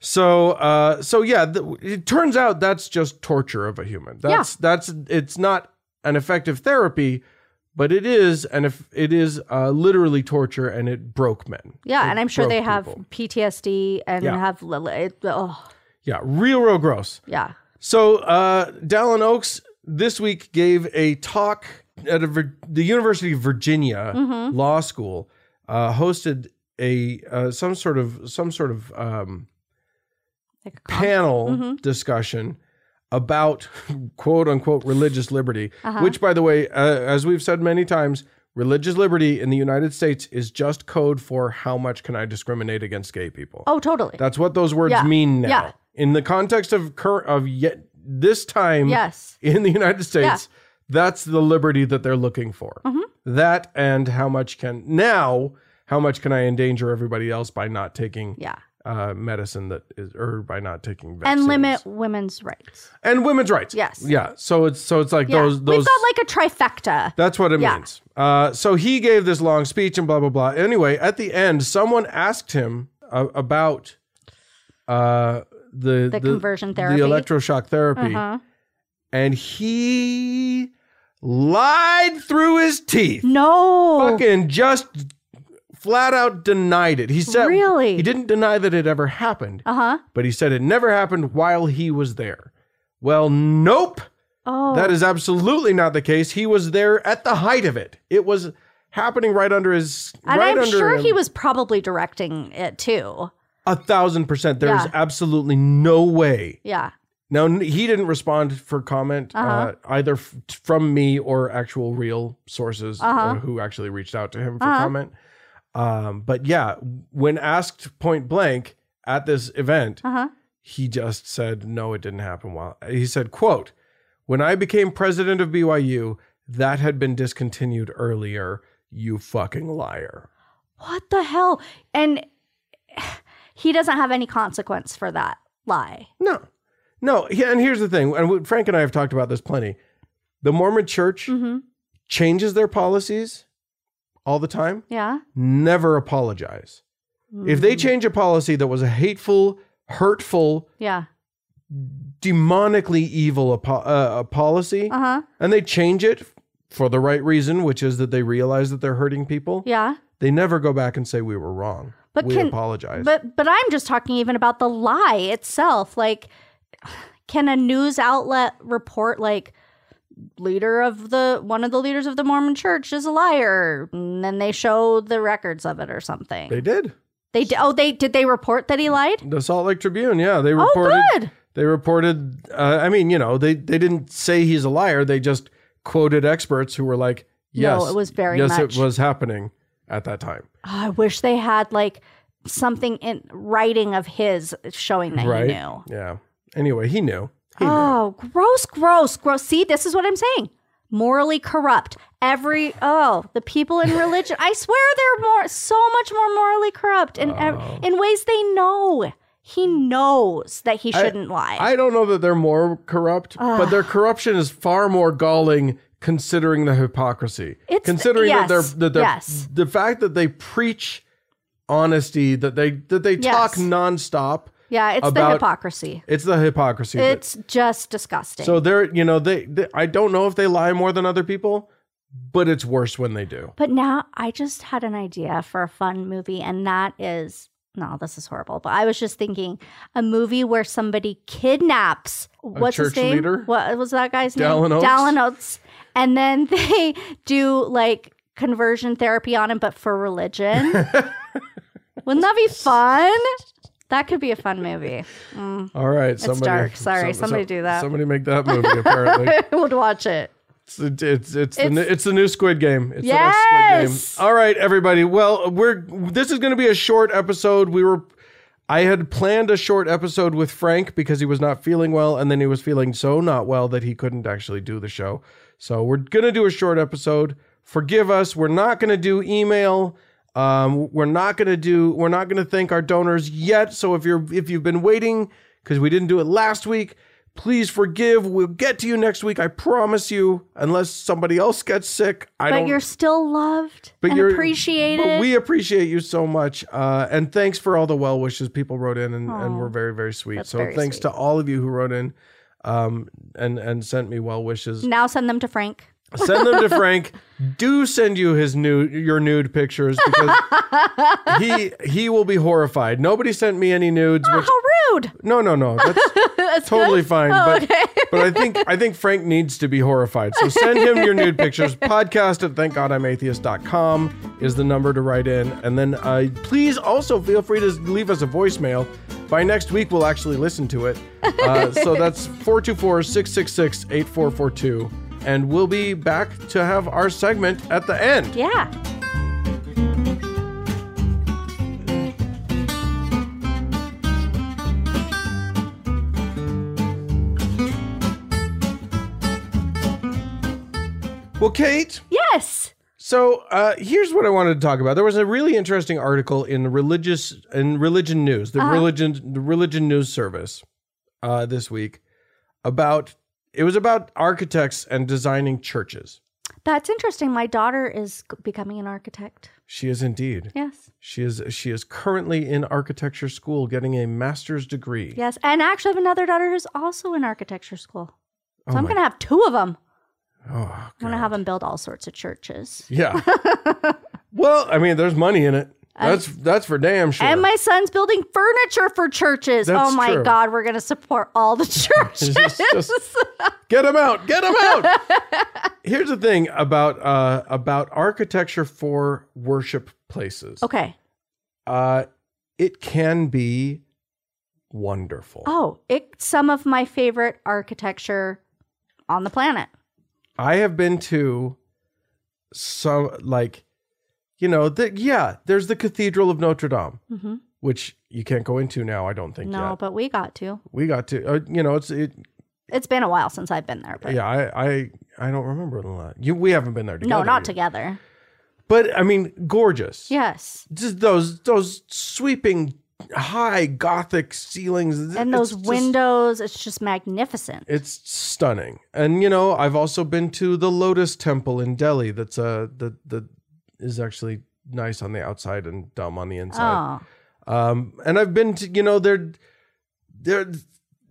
Speaker 2: So, uh, so yeah, th- it turns out that's just torture of a human. That's that's it's not an effective therapy, but it is, and if it is uh, literally torture, and it broke men.
Speaker 1: yeah, and I'm sure
Speaker 2: broke
Speaker 1: they have
Speaker 2: people.
Speaker 1: PTSD and
Speaker 2: Yeah.
Speaker 1: have li- li- it- oh
Speaker 2: Yeah, real, real gross.
Speaker 1: yeah.
Speaker 2: So, uh, Dallin Oaks this week gave a talk at a, Vir- the University of Virginia
Speaker 1: Mm-hmm.
Speaker 2: Law School. Uh, hosted a uh, some sort of some sort of um,
Speaker 1: Like a con-
Speaker 2: panel
Speaker 1: Mhm.
Speaker 2: discussion about quote unquote religious liberty,
Speaker 1: Uh-huh.
Speaker 2: which, by the way, uh, as we've said many times, religious liberty in the United States is just code for how much can I discriminate against gay people.
Speaker 1: Oh, totally.
Speaker 2: That's what those words
Speaker 1: Yeah.
Speaker 2: mean now.
Speaker 1: Yeah.
Speaker 2: In the context of cur- of yet this time
Speaker 1: Yes.
Speaker 2: in the United States, that's the liberty that they're looking for.
Speaker 1: Mm-hmm.
Speaker 2: That and how much can now how much can I endanger everybody else by not taking
Speaker 1: Yeah.
Speaker 2: uh, medicine that is or by not taking vaccines.
Speaker 1: And limit women's rights.
Speaker 2: and women's rights.
Speaker 1: Yes.
Speaker 2: Yeah. So it's so it's like
Speaker 1: Yeah.
Speaker 2: those those
Speaker 1: We've got like a trifecta.
Speaker 2: that's what it
Speaker 1: Yeah.
Speaker 2: means. Uh, so he gave this long speech and blah blah blah. Anyway, at the end, someone asked him uh, about uh, the,
Speaker 1: The conversion therapy?
Speaker 2: the electroshock therapy,
Speaker 1: Uh-huh.
Speaker 2: and he lied through his teeth.
Speaker 1: No.
Speaker 2: Fucking just flat out denied it. He said,
Speaker 1: Really?
Speaker 2: He didn't deny that it ever happened,
Speaker 1: Uh huh.
Speaker 2: but he said it never happened while he was there. Well, nope.
Speaker 1: Oh.
Speaker 2: That is absolutely not the case. He was there at the height of it. It was happening right under his.
Speaker 1: and
Speaker 2: right
Speaker 1: I'm
Speaker 2: under
Speaker 1: sure
Speaker 2: him.
Speaker 1: he was probably directing it too.
Speaker 2: a thousand percent. There is
Speaker 1: Yeah.
Speaker 2: absolutely no way.
Speaker 1: Yeah.
Speaker 2: Now n- he didn't respond for comment uh
Speaker 1: Uh-huh.
Speaker 2: either f- from me or actual real sources
Speaker 1: Uh-huh.
Speaker 2: uh, who actually reached out to him for
Speaker 1: Uh-huh.
Speaker 2: comment. Um, but yeah, when asked point blank at this event,
Speaker 1: Uh huh.
Speaker 2: he just said no it didn't happen while he said quote when i became president of byu that had been discontinued earlier you fucking liar
Speaker 1: What the hell? And he doesn't have any consequence for that lie.
Speaker 2: no no he- and here's the thing and we- frank and i have talked about this plenty the mormon church
Speaker 1: Mm-hmm.
Speaker 2: changes their policies all the time
Speaker 1: Yeah.
Speaker 2: never apologize if they
Speaker 1: Mm.
Speaker 2: change a policy that was a hateful hurtful
Speaker 1: Yeah.
Speaker 2: demonically evil apo- uh, a policy
Speaker 1: Uh huh.
Speaker 2: and they change it for the right reason, which is that they realize that they're hurting people.
Speaker 1: Yeah.
Speaker 2: They never go back and say we were wrong.
Speaker 1: But
Speaker 2: we
Speaker 1: can-
Speaker 2: apologize.
Speaker 1: But but I'm just talking even about the lie itself. Like, can a news outlet report like leader of the one of the leaders of the Mormon Church is a liar, and then they show the records of it or something?
Speaker 2: they did.
Speaker 1: They d- oh they did they report that he lied?
Speaker 2: The Salt Lake Tribune, yeah, they reported.
Speaker 1: oh good.
Speaker 2: They reported. Uh, I mean, you know, they they didn't say he's a liar. They just quoted experts who were like,
Speaker 1: No,
Speaker 2: "Yes,
Speaker 1: it was very
Speaker 2: yes,
Speaker 1: much-
Speaker 2: it was happening at that time."
Speaker 1: Oh, I wish they had like something in writing of his showing that
Speaker 2: Right.
Speaker 1: he knew.
Speaker 2: Yeah. Anyway, he knew. He knew.
Speaker 1: Oh, gross, gross, gross. See, this is what I'm saying. Morally corrupt. Every oh, the people in religion. I swear they're more so much more morally corrupt in ev-
Speaker 2: Oh.
Speaker 1: in ways they know. He knows that he
Speaker 2: I-
Speaker 1: shouldn't lie.
Speaker 2: I don't know that they're more corrupt, but their corruption is far more galling considering the hypocrisy.
Speaker 1: It's-
Speaker 2: considering
Speaker 1: yes,
Speaker 2: that they're that they're
Speaker 1: yes.
Speaker 2: the fact that they preach honesty, that they that they talk
Speaker 1: Yes.
Speaker 2: nonstop.
Speaker 1: yeah, it's the
Speaker 2: about-
Speaker 1: hypocrisy.
Speaker 2: It's the hypocrisy. that-
Speaker 1: It's just disgusting.
Speaker 2: so they're you know they, they I don't know if they lie more than other people, but it's worse when they do.
Speaker 1: But now I just had an idea for a fun movie, and that is no, this is horrible. But I was just thinking a movie where somebody kidnaps what's his
Speaker 2: church
Speaker 1: name?
Speaker 2: leader?
Speaker 1: What was that guy's
Speaker 2: Dallin
Speaker 1: name?
Speaker 2: Oaks?
Speaker 1: Dallin Oates, and then they do like conversion therapy on him, but for religion. Wouldn't that be fun? That could be a fun movie. Mm,
Speaker 2: All right, somebody.
Speaker 1: dark. Sorry, somebody do that.
Speaker 2: Somebody make that movie. Apparently,
Speaker 1: I would watch it.
Speaker 2: It's the- it's it's, the,
Speaker 1: It's-
Speaker 2: new, it's the new Squid Game. It's the next
Speaker 1: Yes!
Speaker 2: Squid Game. All right, everybody. Well, we're this is going to be a short episode. We were I had planned a short episode with Frank because he was not feeling well, and then he was feeling so not well that he couldn't actually do the show. So we're gonna do a short episode. Forgive us. We're not gonna do email. Um, we're not gonna do. We're not gonna thank our donors yet. So if you're if you've been waiting because we didn't do it last week, please forgive. We'll get to you next week. I promise you. Unless somebody else gets sick, I
Speaker 1: But
Speaker 2: don't
Speaker 1: you're still loved and
Speaker 2: you're-
Speaker 1: appreciated.
Speaker 2: But we appreciate you so much, uh, and thanks for all the well wishes people wrote in, and, and were very very sweet.
Speaker 1: that's
Speaker 2: So
Speaker 1: very
Speaker 2: thanks
Speaker 1: sweet.
Speaker 2: to all of you who wrote in, um, and and sent me well wishes.
Speaker 1: now send them to Frank.
Speaker 2: send them to Frank. Do send you his nude your nude pictures because he he will be horrified. Nobody sent me any nudes. Which,
Speaker 1: How rude!
Speaker 2: no no no, that's
Speaker 1: That's good. Oh,
Speaker 2: totally fine. but
Speaker 1: okay.
Speaker 2: but I think I think Frank needs to be horrified. So send him your nude pictures. Podcast at thankgodimatheist.com is the number to write in. And then uh, please also feel free to leave us a voicemail. By next week, we'll actually listen to it. Uh, so that's 424 666 8442. And we'll be back to have our segment at the end.
Speaker 1: Yeah.
Speaker 2: Well, Kate,
Speaker 1: Yes.
Speaker 2: so uh, here's what I wanted to talk about. There was a really interesting article in religious in religion news, the religion the religion news service, uh, this week about it was about architects and designing churches.
Speaker 1: That's interesting. My daughter is g- becoming an architect.
Speaker 2: She is indeed.
Speaker 1: Yes.
Speaker 2: She is she is currently in architecture school getting a master's degree.
Speaker 1: Yes. And I actually have another daughter who's also in architecture school. So
Speaker 2: Oh
Speaker 1: I'm
Speaker 2: my-
Speaker 1: going to have two of them.
Speaker 2: Oh,
Speaker 1: I'm going to
Speaker 2: God.
Speaker 1: have them build all sorts of churches.
Speaker 2: Yeah. well, I mean, there's money in it. That's that's for damn sure.
Speaker 1: And my son's building furniture for churches.
Speaker 2: That's
Speaker 1: oh my
Speaker 2: true.
Speaker 1: God, we're going to support all the churches.
Speaker 2: Just- just- get them out. Get them out. Here's the thing about uh, about architecture for worship places.
Speaker 1: okay.
Speaker 2: Uh, it can be wonderful.
Speaker 1: Oh, it's some of my favorite architecture on the planet.
Speaker 2: I have been to some like, you know, the, yeah. There's the Cathedral of Notre Dame,
Speaker 1: hmm
Speaker 2: which you can't go into now. I don't think
Speaker 1: No,
Speaker 2: yet.
Speaker 1: but we got to.
Speaker 2: We got to, uh, you know, it's it.
Speaker 1: It's been a while since I've been there, but
Speaker 2: Yeah, I, I I don't remember a lot. You, we haven't been there together.
Speaker 1: no, not
Speaker 2: yet.
Speaker 1: together.
Speaker 2: But I mean, gorgeous.
Speaker 1: Yes.
Speaker 2: just those those sweeping high gothic ceilings
Speaker 1: And
Speaker 2: It's
Speaker 1: those
Speaker 2: just-
Speaker 1: windows, it's just magnificent.
Speaker 2: it's stunning and you know i've also been to the lotus temple in delhi that's uh the the is actually nice on the outside and dumb on the inside
Speaker 1: Oh,
Speaker 2: um and i've been to you know there there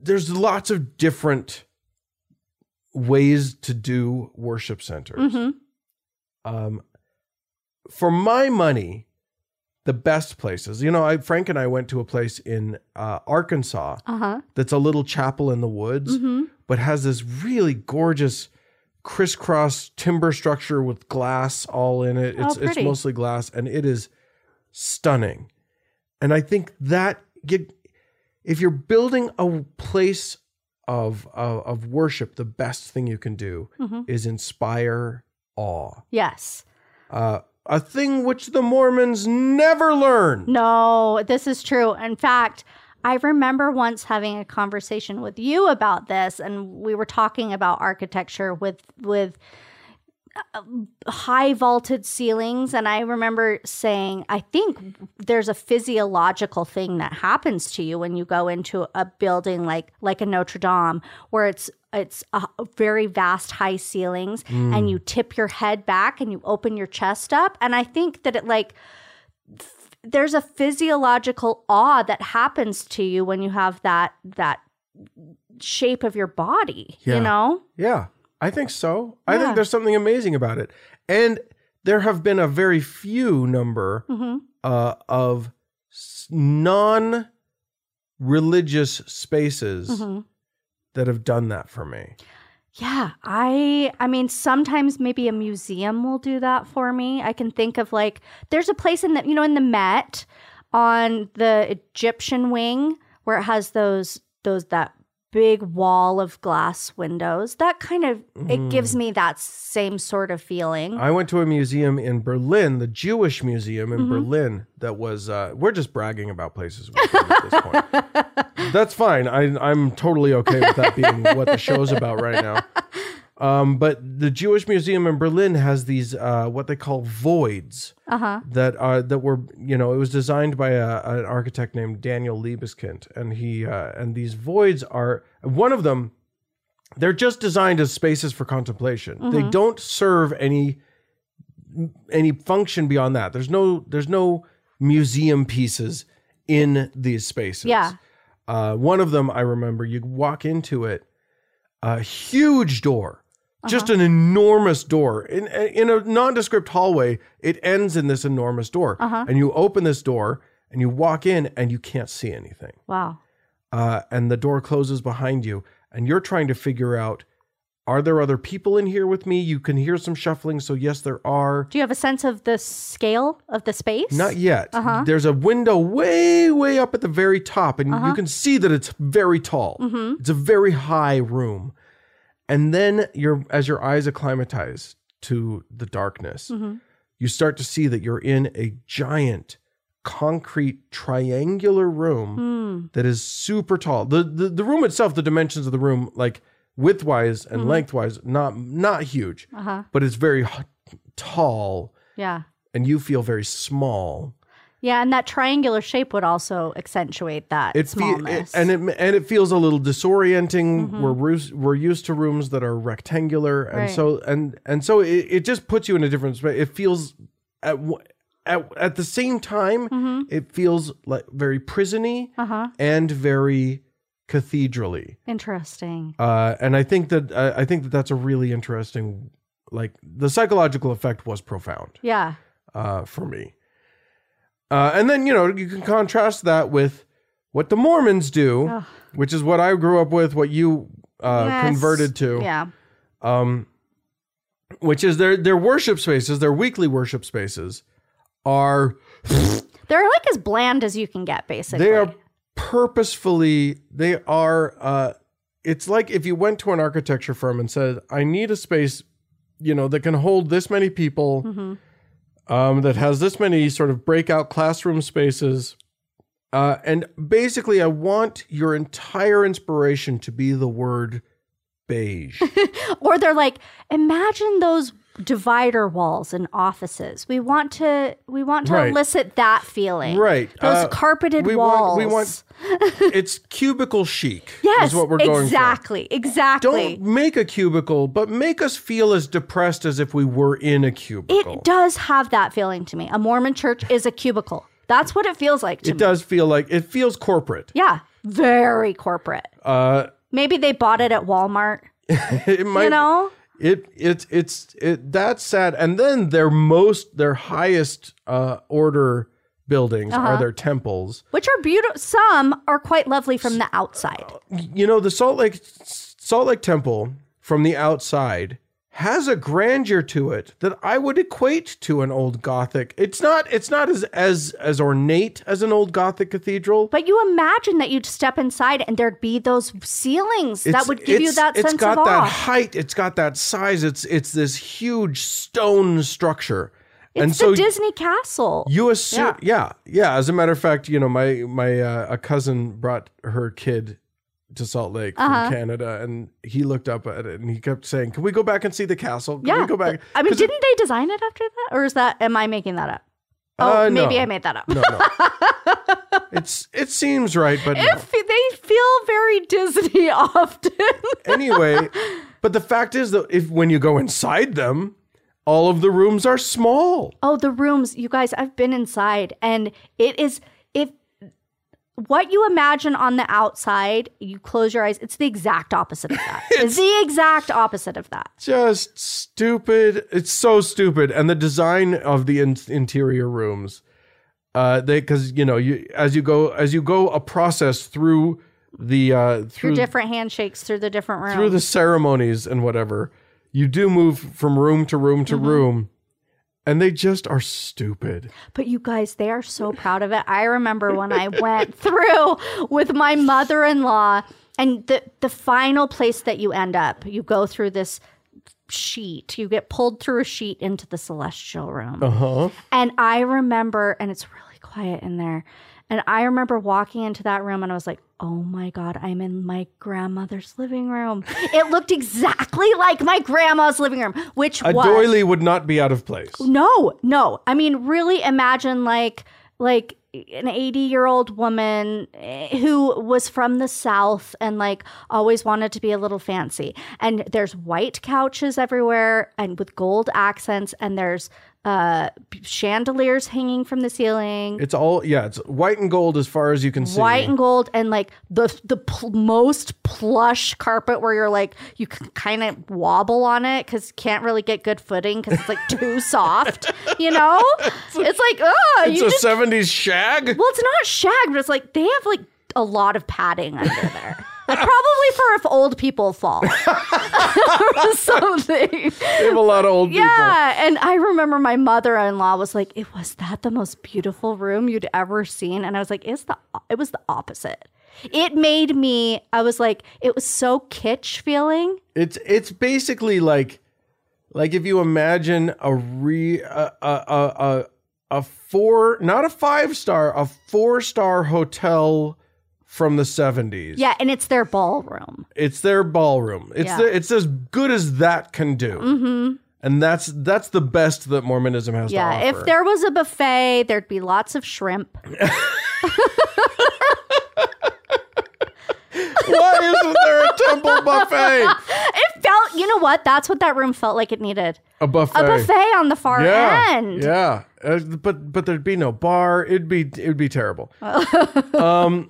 Speaker 2: there's lots of different ways to do worship centers
Speaker 1: hmm
Speaker 2: um, for my money, the best places. You know, I, Frank and I went to a place in uh, Arkansas
Speaker 1: uh huh.
Speaker 2: that's a little chapel in the woods,
Speaker 1: hmm
Speaker 2: but has this really gorgeous crisscross timber structure with glass all in it.
Speaker 1: Oh,
Speaker 2: It's it's
Speaker 1: pretty.
Speaker 2: mostly glass, and it is stunning. And I think that get, if you're building a place of, of of worship, the best thing you can do
Speaker 1: hmm
Speaker 2: is inspire awe
Speaker 1: Yes.
Speaker 2: uh, a thing which the Mormons never learn.
Speaker 1: No, this is true. In fact, I remember once having a conversation with you about this, and we were talking about architecture with with uh, high vaulted ceilings. And I remember saying, I think there's a physiological thing that happens to you when you go into a building like like a Notre Dame, where it's it's a very vast high ceilings, and you tip your head back and you open your chest up. And I think that it like there's a physiological awe that happens to you when you have that that shape of your body
Speaker 2: Yeah.
Speaker 1: you know
Speaker 2: Yeah, I think so. I
Speaker 1: Yeah.
Speaker 2: think there's something amazing about it. And there have been a very few number
Speaker 1: hmm
Speaker 2: uh, of non religious spaces
Speaker 1: hmm
Speaker 2: that have done that for me.
Speaker 1: yeah i i mean sometimes maybe a museum will do that for me i can think of like there's a place in the you know in the met on the egyptian wing where it has those those that big wall of glass windows that kind of it gives me that same sort of feeling
Speaker 2: Mm. I went to a museum in Berlin, the Jewish Museum in
Speaker 1: Mhm.
Speaker 2: Berlin, that was. Uh, we're just bragging about places we've been at this point. That's fine. I, I'm totally okay with that being what the show's about right now. Um, but the Jewish Museum in Berlin has these uh, what they call voids
Speaker 1: uh-huh
Speaker 2: that are that were you know it was designed by a, an architect named Daniel Liebeskind, and he uh, and these voids are one of them. They're just designed as spaces for contemplation. They don't serve any any function beyond that. There's no there's no museum pieces in these spaces.
Speaker 1: Yeah.
Speaker 2: Uh, one of them I remember you walk into it, a huge door
Speaker 1: Uh-huh.
Speaker 2: just an enormous door in uh, in a nondescript hallway it ends in this enormous door
Speaker 1: Uh-huh.
Speaker 2: and you open this door and you walk in and you can't see anything
Speaker 1: wow
Speaker 2: uh, and the door closes behind you and you're trying to figure out Are there other people in here with me? You can hear some shuffling. So, yes, there are.
Speaker 1: Do you have a sense of the scale of the space?
Speaker 2: Not yet.
Speaker 1: Uh-huh.
Speaker 2: There's a window way, way up at the very top, and
Speaker 1: Uh-huh.
Speaker 2: you can see that it's very tall.
Speaker 1: Mhm.
Speaker 2: It's a very high room. And then your as your eyes acclimatize to the darkness,
Speaker 1: Mhm.
Speaker 2: you start to see that you're in a giant concrete triangular room
Speaker 1: Hmm.
Speaker 2: that is super tall. The, the the room itself, the dimensions of the room, like widthwise and
Speaker 1: Mhm.
Speaker 2: lengthwise, not not huge,
Speaker 1: Uh huh.
Speaker 2: but it's very h- tall,
Speaker 1: Yeah.
Speaker 2: and you feel very small.
Speaker 1: Yeah, and that triangular shape would also accentuate that
Speaker 2: It, fe- it
Speaker 1: smallness.
Speaker 2: and it and it feels a little disorienting.
Speaker 1: Mhm.
Speaker 2: We're rus- we're used to rooms that are rectangular, and
Speaker 1: Right.
Speaker 2: so and and so it, it just puts you in a different space. It feels at w- at at the same time,
Speaker 1: hmm
Speaker 2: it feels like very prisony
Speaker 1: Uh huh.
Speaker 2: and very cathedrally.
Speaker 1: Interesting.
Speaker 2: uh, and I think that uh, I think that that's a really interesting, like the psychological effect was profound
Speaker 1: Yeah.
Speaker 2: uh, for me. Uh, and then you know you can contrast that with what the Mormons do,
Speaker 1: Ugh.
Speaker 2: which is what I grew up with, what you uh,
Speaker 1: Yes.
Speaker 2: converted to,
Speaker 1: Yeah.
Speaker 2: um, which is their their worship spaces, their weekly worship spaces, are
Speaker 1: They're like as bland as you can get, basically.
Speaker 2: they are purposefully they are uh it's like if you went to an architecture firm and said i need a space you know that can hold this many people
Speaker 1: Mhm.
Speaker 2: um that has this many sort of breakout classroom spaces uh and basically i want your entire inspiration to be the word beige
Speaker 1: Or they're like, imagine those divider walls in offices. We want to we want to
Speaker 2: Right.
Speaker 1: elicit that feeling.
Speaker 2: right
Speaker 1: Those
Speaker 2: uh,
Speaker 1: carpeted
Speaker 2: we
Speaker 1: walls.
Speaker 2: want- we want- it's cubicle chic
Speaker 1: yes,
Speaker 2: is what we're going for
Speaker 1: exactly, exactly.
Speaker 2: Don't make a cubicle, but make us feel as depressed as if we were in a cubicle.
Speaker 1: It does have that feeling to me. A Mormon church is a cubicle. That's what it feels like to
Speaker 2: It
Speaker 1: me.
Speaker 2: does feel like it feels corporate.
Speaker 1: Yeah, very corporate.
Speaker 2: Uh,
Speaker 1: Maybe they bought it at Walmart.
Speaker 2: it might.
Speaker 1: you know,
Speaker 2: It it's it's it. That's sad. And then their most their highest uh, order buildings
Speaker 1: Uh-huh.
Speaker 2: are their temples.
Speaker 1: which are beautiful. Some are quite lovely from the outside.
Speaker 2: Uh, You know the Salt Lake Salt Lake Temple from the outside has a grandeur to it that I would equate to an old Gothic. It's not it's not as as as ornate as an old Gothic cathedral.
Speaker 1: But you imagine that you'd step inside and there'd be those ceilings that
Speaker 2: It's-
Speaker 1: would give you
Speaker 2: it's-
Speaker 1: that sense
Speaker 2: It's got
Speaker 1: of
Speaker 2: that
Speaker 1: awe.
Speaker 2: height. It's got that size. It's it's this huge stone structure, and
Speaker 1: it's
Speaker 2: so
Speaker 1: the Disney castle.
Speaker 2: you assume.
Speaker 1: Yeah.
Speaker 2: Yeah. yeah, As a matter of fact, you know, my my uh, a cousin brought her kid to Salt Lake
Speaker 1: Uh-huh.
Speaker 2: from Canada, and he looked up at it and he kept saying, "Can we go back and see the castle? Can
Speaker 1: yeah.
Speaker 2: we go back?"
Speaker 1: I mean,
Speaker 2: 'Cause it-
Speaker 1: didn't they design it after that, or is that? Am I making that up? Oh,
Speaker 2: Uh,
Speaker 1: maybe
Speaker 2: no.
Speaker 1: I made that up.
Speaker 2: no, no. it's it seems right, but no.
Speaker 1: If they feel very Disney often.
Speaker 2: anyway, but the fact is that if when you go inside them, all of the rooms are small.
Speaker 1: Oh, the rooms, you guys, I've been inside and it is if what you imagine on the outside, you close your eyes, it's the exact opposite of that. it's the exact opposite of that.
Speaker 2: just stupid. It's so stupid, and the design of the in- interior rooms, uh, they because you know you as you go as you go a process through the uh,
Speaker 1: Through
Speaker 2: through
Speaker 1: different handshakes, through the different rooms.
Speaker 2: through the ceremonies and whatever, you do move from room to room
Speaker 1: Mm-hmm.
Speaker 2: to room, and they just are stupid.
Speaker 1: But you guys, they are so proud of it. I remember when I went through with my mother in law, and the, the final place that you end up, you go through this sheet, you get pulled through a sheet into the celestial room.
Speaker 2: Uh huh.
Speaker 1: And I remember, and it's really quiet in there. And I remember walking into that room and I was like, oh my God, I'm in my grandmother's living room. it looked exactly like my grandma's living room, which
Speaker 2: A
Speaker 1: was.
Speaker 2: doily would not be out of place.
Speaker 1: No, no. I mean, really imagine like like an 80-year-old woman eh, who was from the south and like always wanted to be a little fancy. And there's white couches everywhere and with gold accents and there's uh chandeliers hanging from the ceiling.
Speaker 2: It's all yeah. It's white and gold as far as you can see.
Speaker 1: White and gold, and like the the pl- most plush carpet, where you're like you can kind of wobble on it because can't really get good footing because it's like too soft, you know. It's like oh,
Speaker 2: It's
Speaker 1: you
Speaker 2: a
Speaker 1: just
Speaker 2: seventies shag.
Speaker 1: well, it's not shag, but it's like they have like a lot of padding under there. Like probably for if old people fall or something.
Speaker 2: They have a lot of old people.
Speaker 1: Yeah, and I remember my mother-in-law was like, "It was that the most beautiful room you'd ever seen," and I was like, "It's the it was the opposite." It made me. I was like, it was so kitsch feeling.
Speaker 2: It's it's basically like like if you imagine a re a a a, a, a four not a five star a four star hotel from the 70s.
Speaker 1: Yeah, and it's their ballroom.
Speaker 2: It's their ballroom. It's
Speaker 1: Yeah. Mm-hmm.
Speaker 2: the, it's as good as that can do. And that's that's the best that Mormonism has
Speaker 1: Yeah,
Speaker 2: to offer.
Speaker 1: if there was a buffet, there'd be lots of shrimp.
Speaker 2: Why isn't there a temple buffet?
Speaker 1: It felt, you know what? That's what that room felt like it needed.
Speaker 2: A buffet.
Speaker 1: A buffet on the far
Speaker 2: Yeah,
Speaker 1: end.
Speaker 2: yeah, Uh, but but there'd be no bar. It'd be it'd be terrible. um,
Speaker 1: Oh.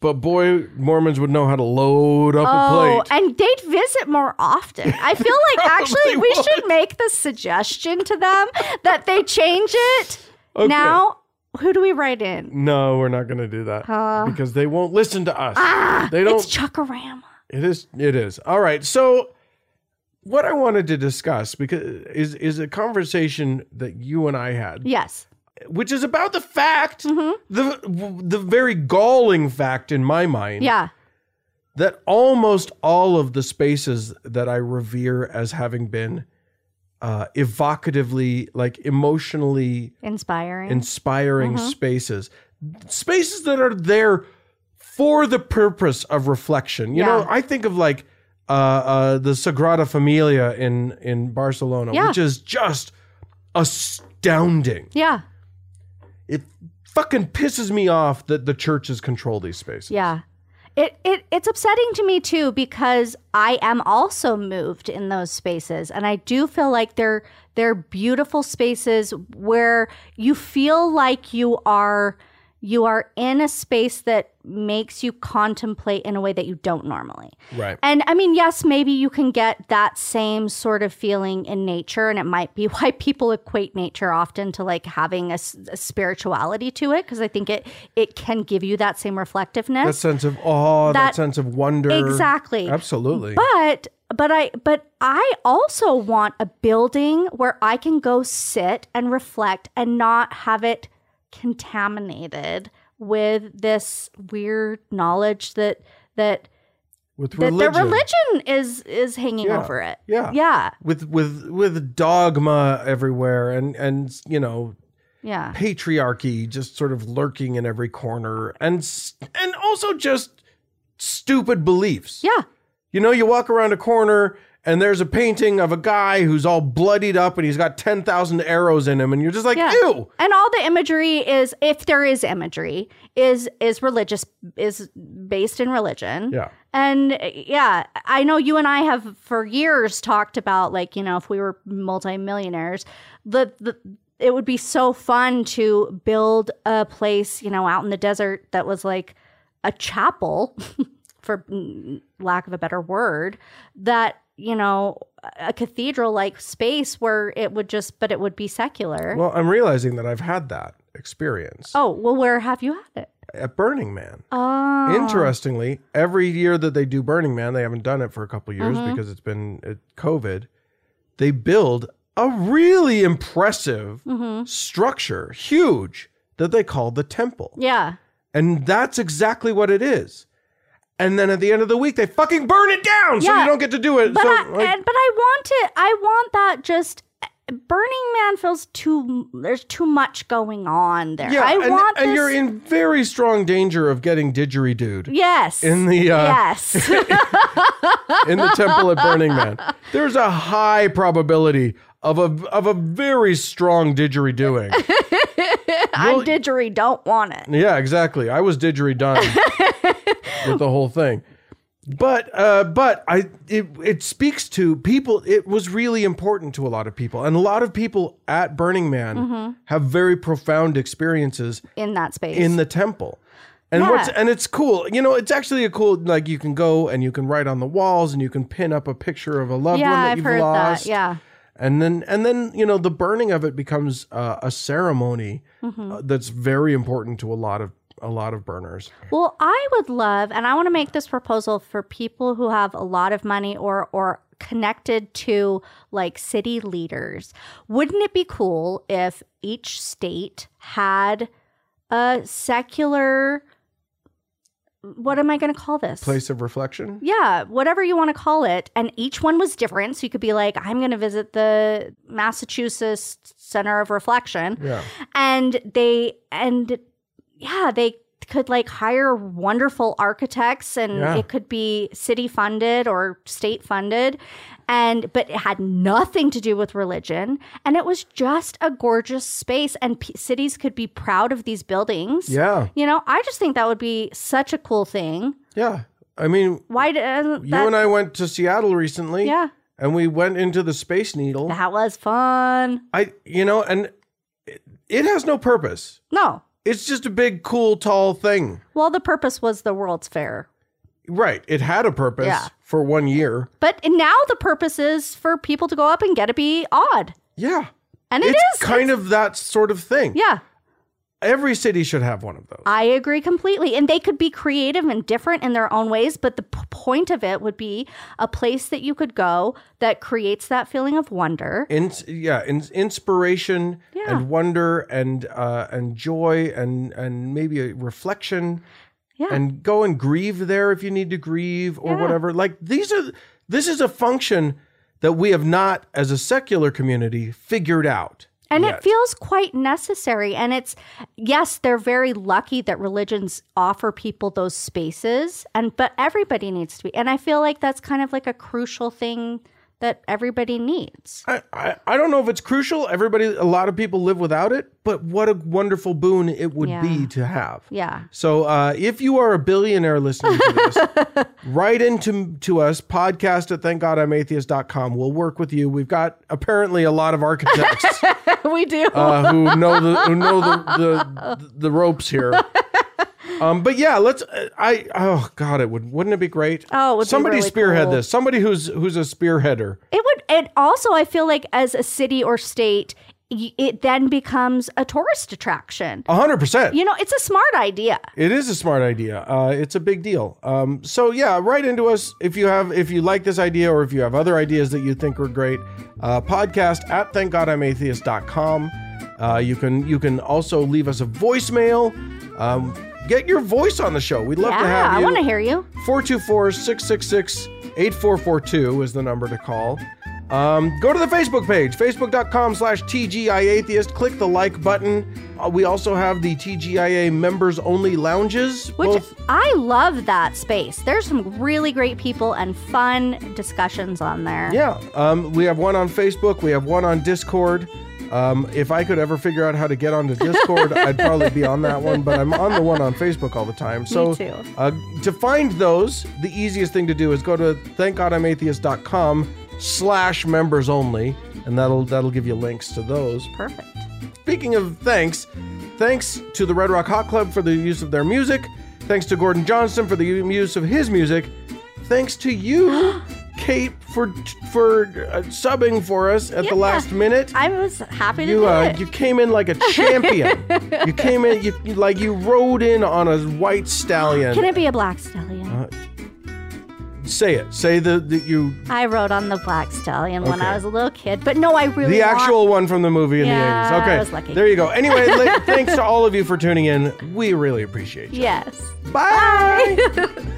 Speaker 2: but boy, Mormons would know how to load up
Speaker 1: Oh,
Speaker 2: a plate.
Speaker 1: and they'd visit more often. I feel like actually we
Speaker 2: would.
Speaker 1: should make the suggestion to them that they change it.
Speaker 2: Okay.
Speaker 1: Now, who do we write in?
Speaker 2: No, we're not going to do that
Speaker 1: Uh.
Speaker 2: because they won't listen to us. they don't.
Speaker 1: Ah, It's Chuckarama.
Speaker 2: It is. It is. All right. So, what I wanted to discuss because is is a conversation that you and I had,
Speaker 1: Yes.
Speaker 2: which is about the fact
Speaker 1: Mm-hmm.
Speaker 2: the the very galling fact in my mind
Speaker 1: Yeah.
Speaker 2: that almost all of the spaces that I revere as having been uh, evocatively, like emotionally
Speaker 1: Inspiring.
Speaker 2: inspiring
Speaker 1: Mm-hmm.
Speaker 2: spaces, spaces that are there for the purpose of reflection. You know,
Speaker 1: Yeah.
Speaker 2: I think of like uh, uh, the Sagrada Familia in in Barcelona,
Speaker 1: Yeah.
Speaker 2: which is just astounding.
Speaker 1: yeah.
Speaker 2: It fucking pisses me off that the churches control these spaces.
Speaker 1: Yeah. It, it it's upsetting to me too because I am also moved in those spaces and I do feel like they're they're beautiful spaces where you feel like you are you are in a space that makes you contemplate in a way that you don't normally.
Speaker 2: Right.
Speaker 1: And I mean, yes, maybe you can get that same sort of feeling in nature, and it might be why people equate nature often to like having a, s- a spirituality to it, because I think it it can give you that same
Speaker 2: That
Speaker 1: reflectiveness.
Speaker 2: sense of awe, that,
Speaker 1: That-
Speaker 2: sense of wonder.
Speaker 1: exactly.
Speaker 2: Absolutely.
Speaker 1: But but I but I also want a building where I can go sit and reflect and not have it contaminated with this weird knowledge that that
Speaker 2: with
Speaker 1: that
Speaker 2: religion.
Speaker 1: their religion is is hanging
Speaker 2: Yeah.
Speaker 1: over it.
Speaker 2: Yeah.
Speaker 1: Yeah.
Speaker 2: With with with dogma everywhere and and you know
Speaker 1: Yeah.
Speaker 2: patriarchy just sort of lurking in every corner and s- and also just stupid beliefs.
Speaker 1: Yeah.
Speaker 2: You know, you walk around a corner and there's a painting of a guy who's all bloodied up and he's got 10,000 arrows in him and you're just like,
Speaker 1: Yeah.
Speaker 2: "Ew."
Speaker 1: And all the imagery is if there is imagery is is religious is based in religion.
Speaker 2: Yeah.
Speaker 1: And uh, yeah, I know you and I have for years talked about like, you know, if we were multimillionaires, the the it would be so fun to build a place, you know, out in the desert that was like a chapel for mm, lack of a better word that you know a cathedral like space where it would just but it would be secular
Speaker 2: Well, I'm realizing that I've had that experience
Speaker 1: Oh, well, where have you had it?
Speaker 2: at Burning Man.
Speaker 1: Oh.
Speaker 2: Interestingly, every year that they do Burning Man, they haven't done it for a couple years
Speaker 1: Mm-hmm.
Speaker 2: because it's been uh, COVID. They build a really impressive
Speaker 1: Mm-hmm.
Speaker 2: structure, huge, that they call the temple.
Speaker 1: Yeah.
Speaker 2: And that's exactly what it is. And then at the end of the week, they fucking burn it down so
Speaker 1: Yeah,
Speaker 2: you don't get to do it.
Speaker 1: But
Speaker 2: so,
Speaker 1: I,
Speaker 2: like,
Speaker 1: and- but I want it. I want that just Burning Man feels too there's too much going on there.
Speaker 2: yeah,
Speaker 1: I
Speaker 2: and,
Speaker 1: want
Speaker 2: and
Speaker 1: this-
Speaker 2: you're in very strong danger of getting didgeridooed
Speaker 1: Yes.
Speaker 2: in the uh,
Speaker 1: yes.
Speaker 2: in the temple at Burning Man. There's a high probability of a of a very strong didgeridooing.
Speaker 1: I'm didgeridoo don't want it.
Speaker 2: yeah, exactly. I was didgeridooing with the whole thing. But uh, but I it it speaks to people. It was really important to a lot of people, and a lot of people at Burning Man
Speaker 1: Mm-hmm.
Speaker 2: have very profound experiences
Speaker 1: In that space.
Speaker 2: in the temple. And
Speaker 1: Yeah.
Speaker 2: what's and it's cool. You know, it's actually a cool like you can go and you can write on the walls and you can pin up a picture of a loved
Speaker 1: yeah,
Speaker 2: one that
Speaker 1: I've
Speaker 2: you've
Speaker 1: heard
Speaker 2: lost.
Speaker 1: that. Yeah.
Speaker 2: And then and then, you know,
Speaker 1: Mm-hmm.
Speaker 2: the burning of it becomes uh, a ceremony uh, that's very important to a lot of a lot of burners.
Speaker 1: Well, I would love, and I want to make this proposal for people who have a lot of money or or connected to like city leaders. Wouldn't it be cool if each state had a secular what am I going to call this?
Speaker 2: Place of reflection.
Speaker 1: Yeah, whatever you want to call it. And each one was different. So you could be like, I'm going to visit the Massachusetts Center of Reflection.
Speaker 2: Yeah.
Speaker 1: And they, and yeah, they could like hire wonderful architects and
Speaker 2: Yeah.
Speaker 1: it could be city funded or state funded. And, but it had nothing to do with religion. And it was just a gorgeous space. And p- cities could be proud of these buildings.
Speaker 2: Yeah.
Speaker 1: You know, I just think that would be such a cool thing.
Speaker 2: Yeah. I mean,
Speaker 1: Why doesn't
Speaker 2: you
Speaker 1: that?
Speaker 2: and I went to Seattle recently.
Speaker 1: yeah,
Speaker 2: And we went into the Space Needle.
Speaker 1: that was fun.
Speaker 2: I, you know, and it, it has no purpose.
Speaker 1: No,
Speaker 2: It's just a big, cool, tall thing.
Speaker 1: well, the purpose was the World's Fair,
Speaker 2: Right. It had a purpose
Speaker 1: Yeah.
Speaker 2: for one year.
Speaker 1: but now the purpose is for people to go up and get to be odd,
Speaker 2: Yeah.
Speaker 1: and it
Speaker 2: it's
Speaker 1: is.
Speaker 2: kind of that sort of thing.
Speaker 1: yeah,
Speaker 2: Every city should have one of those.
Speaker 1: I agree completely. And they could be creative and different in their own ways, but the p- point of it would be a place that you could go that creates that feeling of wonder.
Speaker 2: In, yeah, in, inspiration
Speaker 1: Yeah.
Speaker 2: and wonder and uh, and joy and and maybe a reflection.
Speaker 1: Yeah.
Speaker 2: And go and grieve there if you need to grieve or
Speaker 1: Yeah.
Speaker 2: whatever. Like these are this is a function that we have not as a secular community figured out.
Speaker 1: And
Speaker 2: yet.
Speaker 1: it feels quite necessary. And it's, yes, they're very lucky that religions offer people those spaces. And, but everybody needs to be. And I feel like that's kind of like a crucial thing that everybody needs.
Speaker 2: I, I, I don't know if it's crucial. Everybody, a lot of people live without it, but what a wonderful boon it would
Speaker 1: Yeah.
Speaker 2: be to have.
Speaker 1: Yeah.
Speaker 2: So uh, if you are a billionaire listening to this, write into to us, podcast at thankgodimatheist.com. We'll work with you. We've got apparently a lot of architects
Speaker 1: we do.
Speaker 2: uh, who know the who know the, the, the ropes here. Um, but yeah, let's. I oh god, it would wouldn't it be great?
Speaker 1: Oh, it would be
Speaker 2: somebody
Speaker 1: really
Speaker 2: spearhead
Speaker 1: cool.
Speaker 2: this. Somebody who's who's a spearheader.
Speaker 1: it would, and also I feel like as a city or state, y- it then becomes a tourist attraction.
Speaker 2: hundred percent.
Speaker 1: You know, it's a smart idea.
Speaker 2: It is a smart idea. Uh, it's a big deal. Um, so yeah, write into us if you have if you like this idea or if you have other ideas that you think are great. Uh, podcast at thankgodimatheist.com. Uh, you can you can also leave us a voicemail. Um, get your voice on the show. We'd love to
Speaker 1: Yeah,
Speaker 2: have
Speaker 1: I
Speaker 2: you.
Speaker 1: want to hear you.
Speaker 2: 424-666-8442 is the number to call. Um, go to the Facebook page, facebook.com slash TGIAtheist. Click the like button. Uh, we also have the TGIA members only lounges.
Speaker 1: Which
Speaker 2: both-
Speaker 1: I love that space. There's some really great people and fun discussions on there.
Speaker 2: yeah, um, we have one on Facebook. We have one on Discord. Um, if I could ever figure out how to get onto Discord, I'd probably be on that one, but I'm on the one on Facebook all the time. So
Speaker 1: too.
Speaker 2: Uh, to find those, the easiest thing to do is go to thankgodimatheist.com slash members only, and that'll that'll give you links to those.
Speaker 1: Perfect.
Speaker 2: Speaking of thanks, thanks to the Red Rock Hot Club for the use of their music. Thanks to Gordon Johnston for the u- use of his music. Thanks to you, Kate, for for uh, subbing for us at
Speaker 1: Yeah.
Speaker 2: the last minute.
Speaker 1: I was happy to
Speaker 2: You
Speaker 1: do
Speaker 2: uh,
Speaker 1: it.
Speaker 2: you came in like a champion. you came in you, you- like you rode in on a white stallion. Uh,
Speaker 1: Can it be a black stallion?
Speaker 2: Uh-huh. Say it. Say the, the you
Speaker 1: I rode on the black stallion when
Speaker 2: Okay.
Speaker 1: I was a little kid, but no, I really
Speaker 2: the
Speaker 1: want-
Speaker 2: actual one from the movie in
Speaker 1: Yeah,
Speaker 2: the 80s. Okay.
Speaker 1: I was lucky.
Speaker 2: There you go. Anyway, la- thanks to all of you for tuning in. We really appreciate you.
Speaker 1: Yes.
Speaker 2: Bye.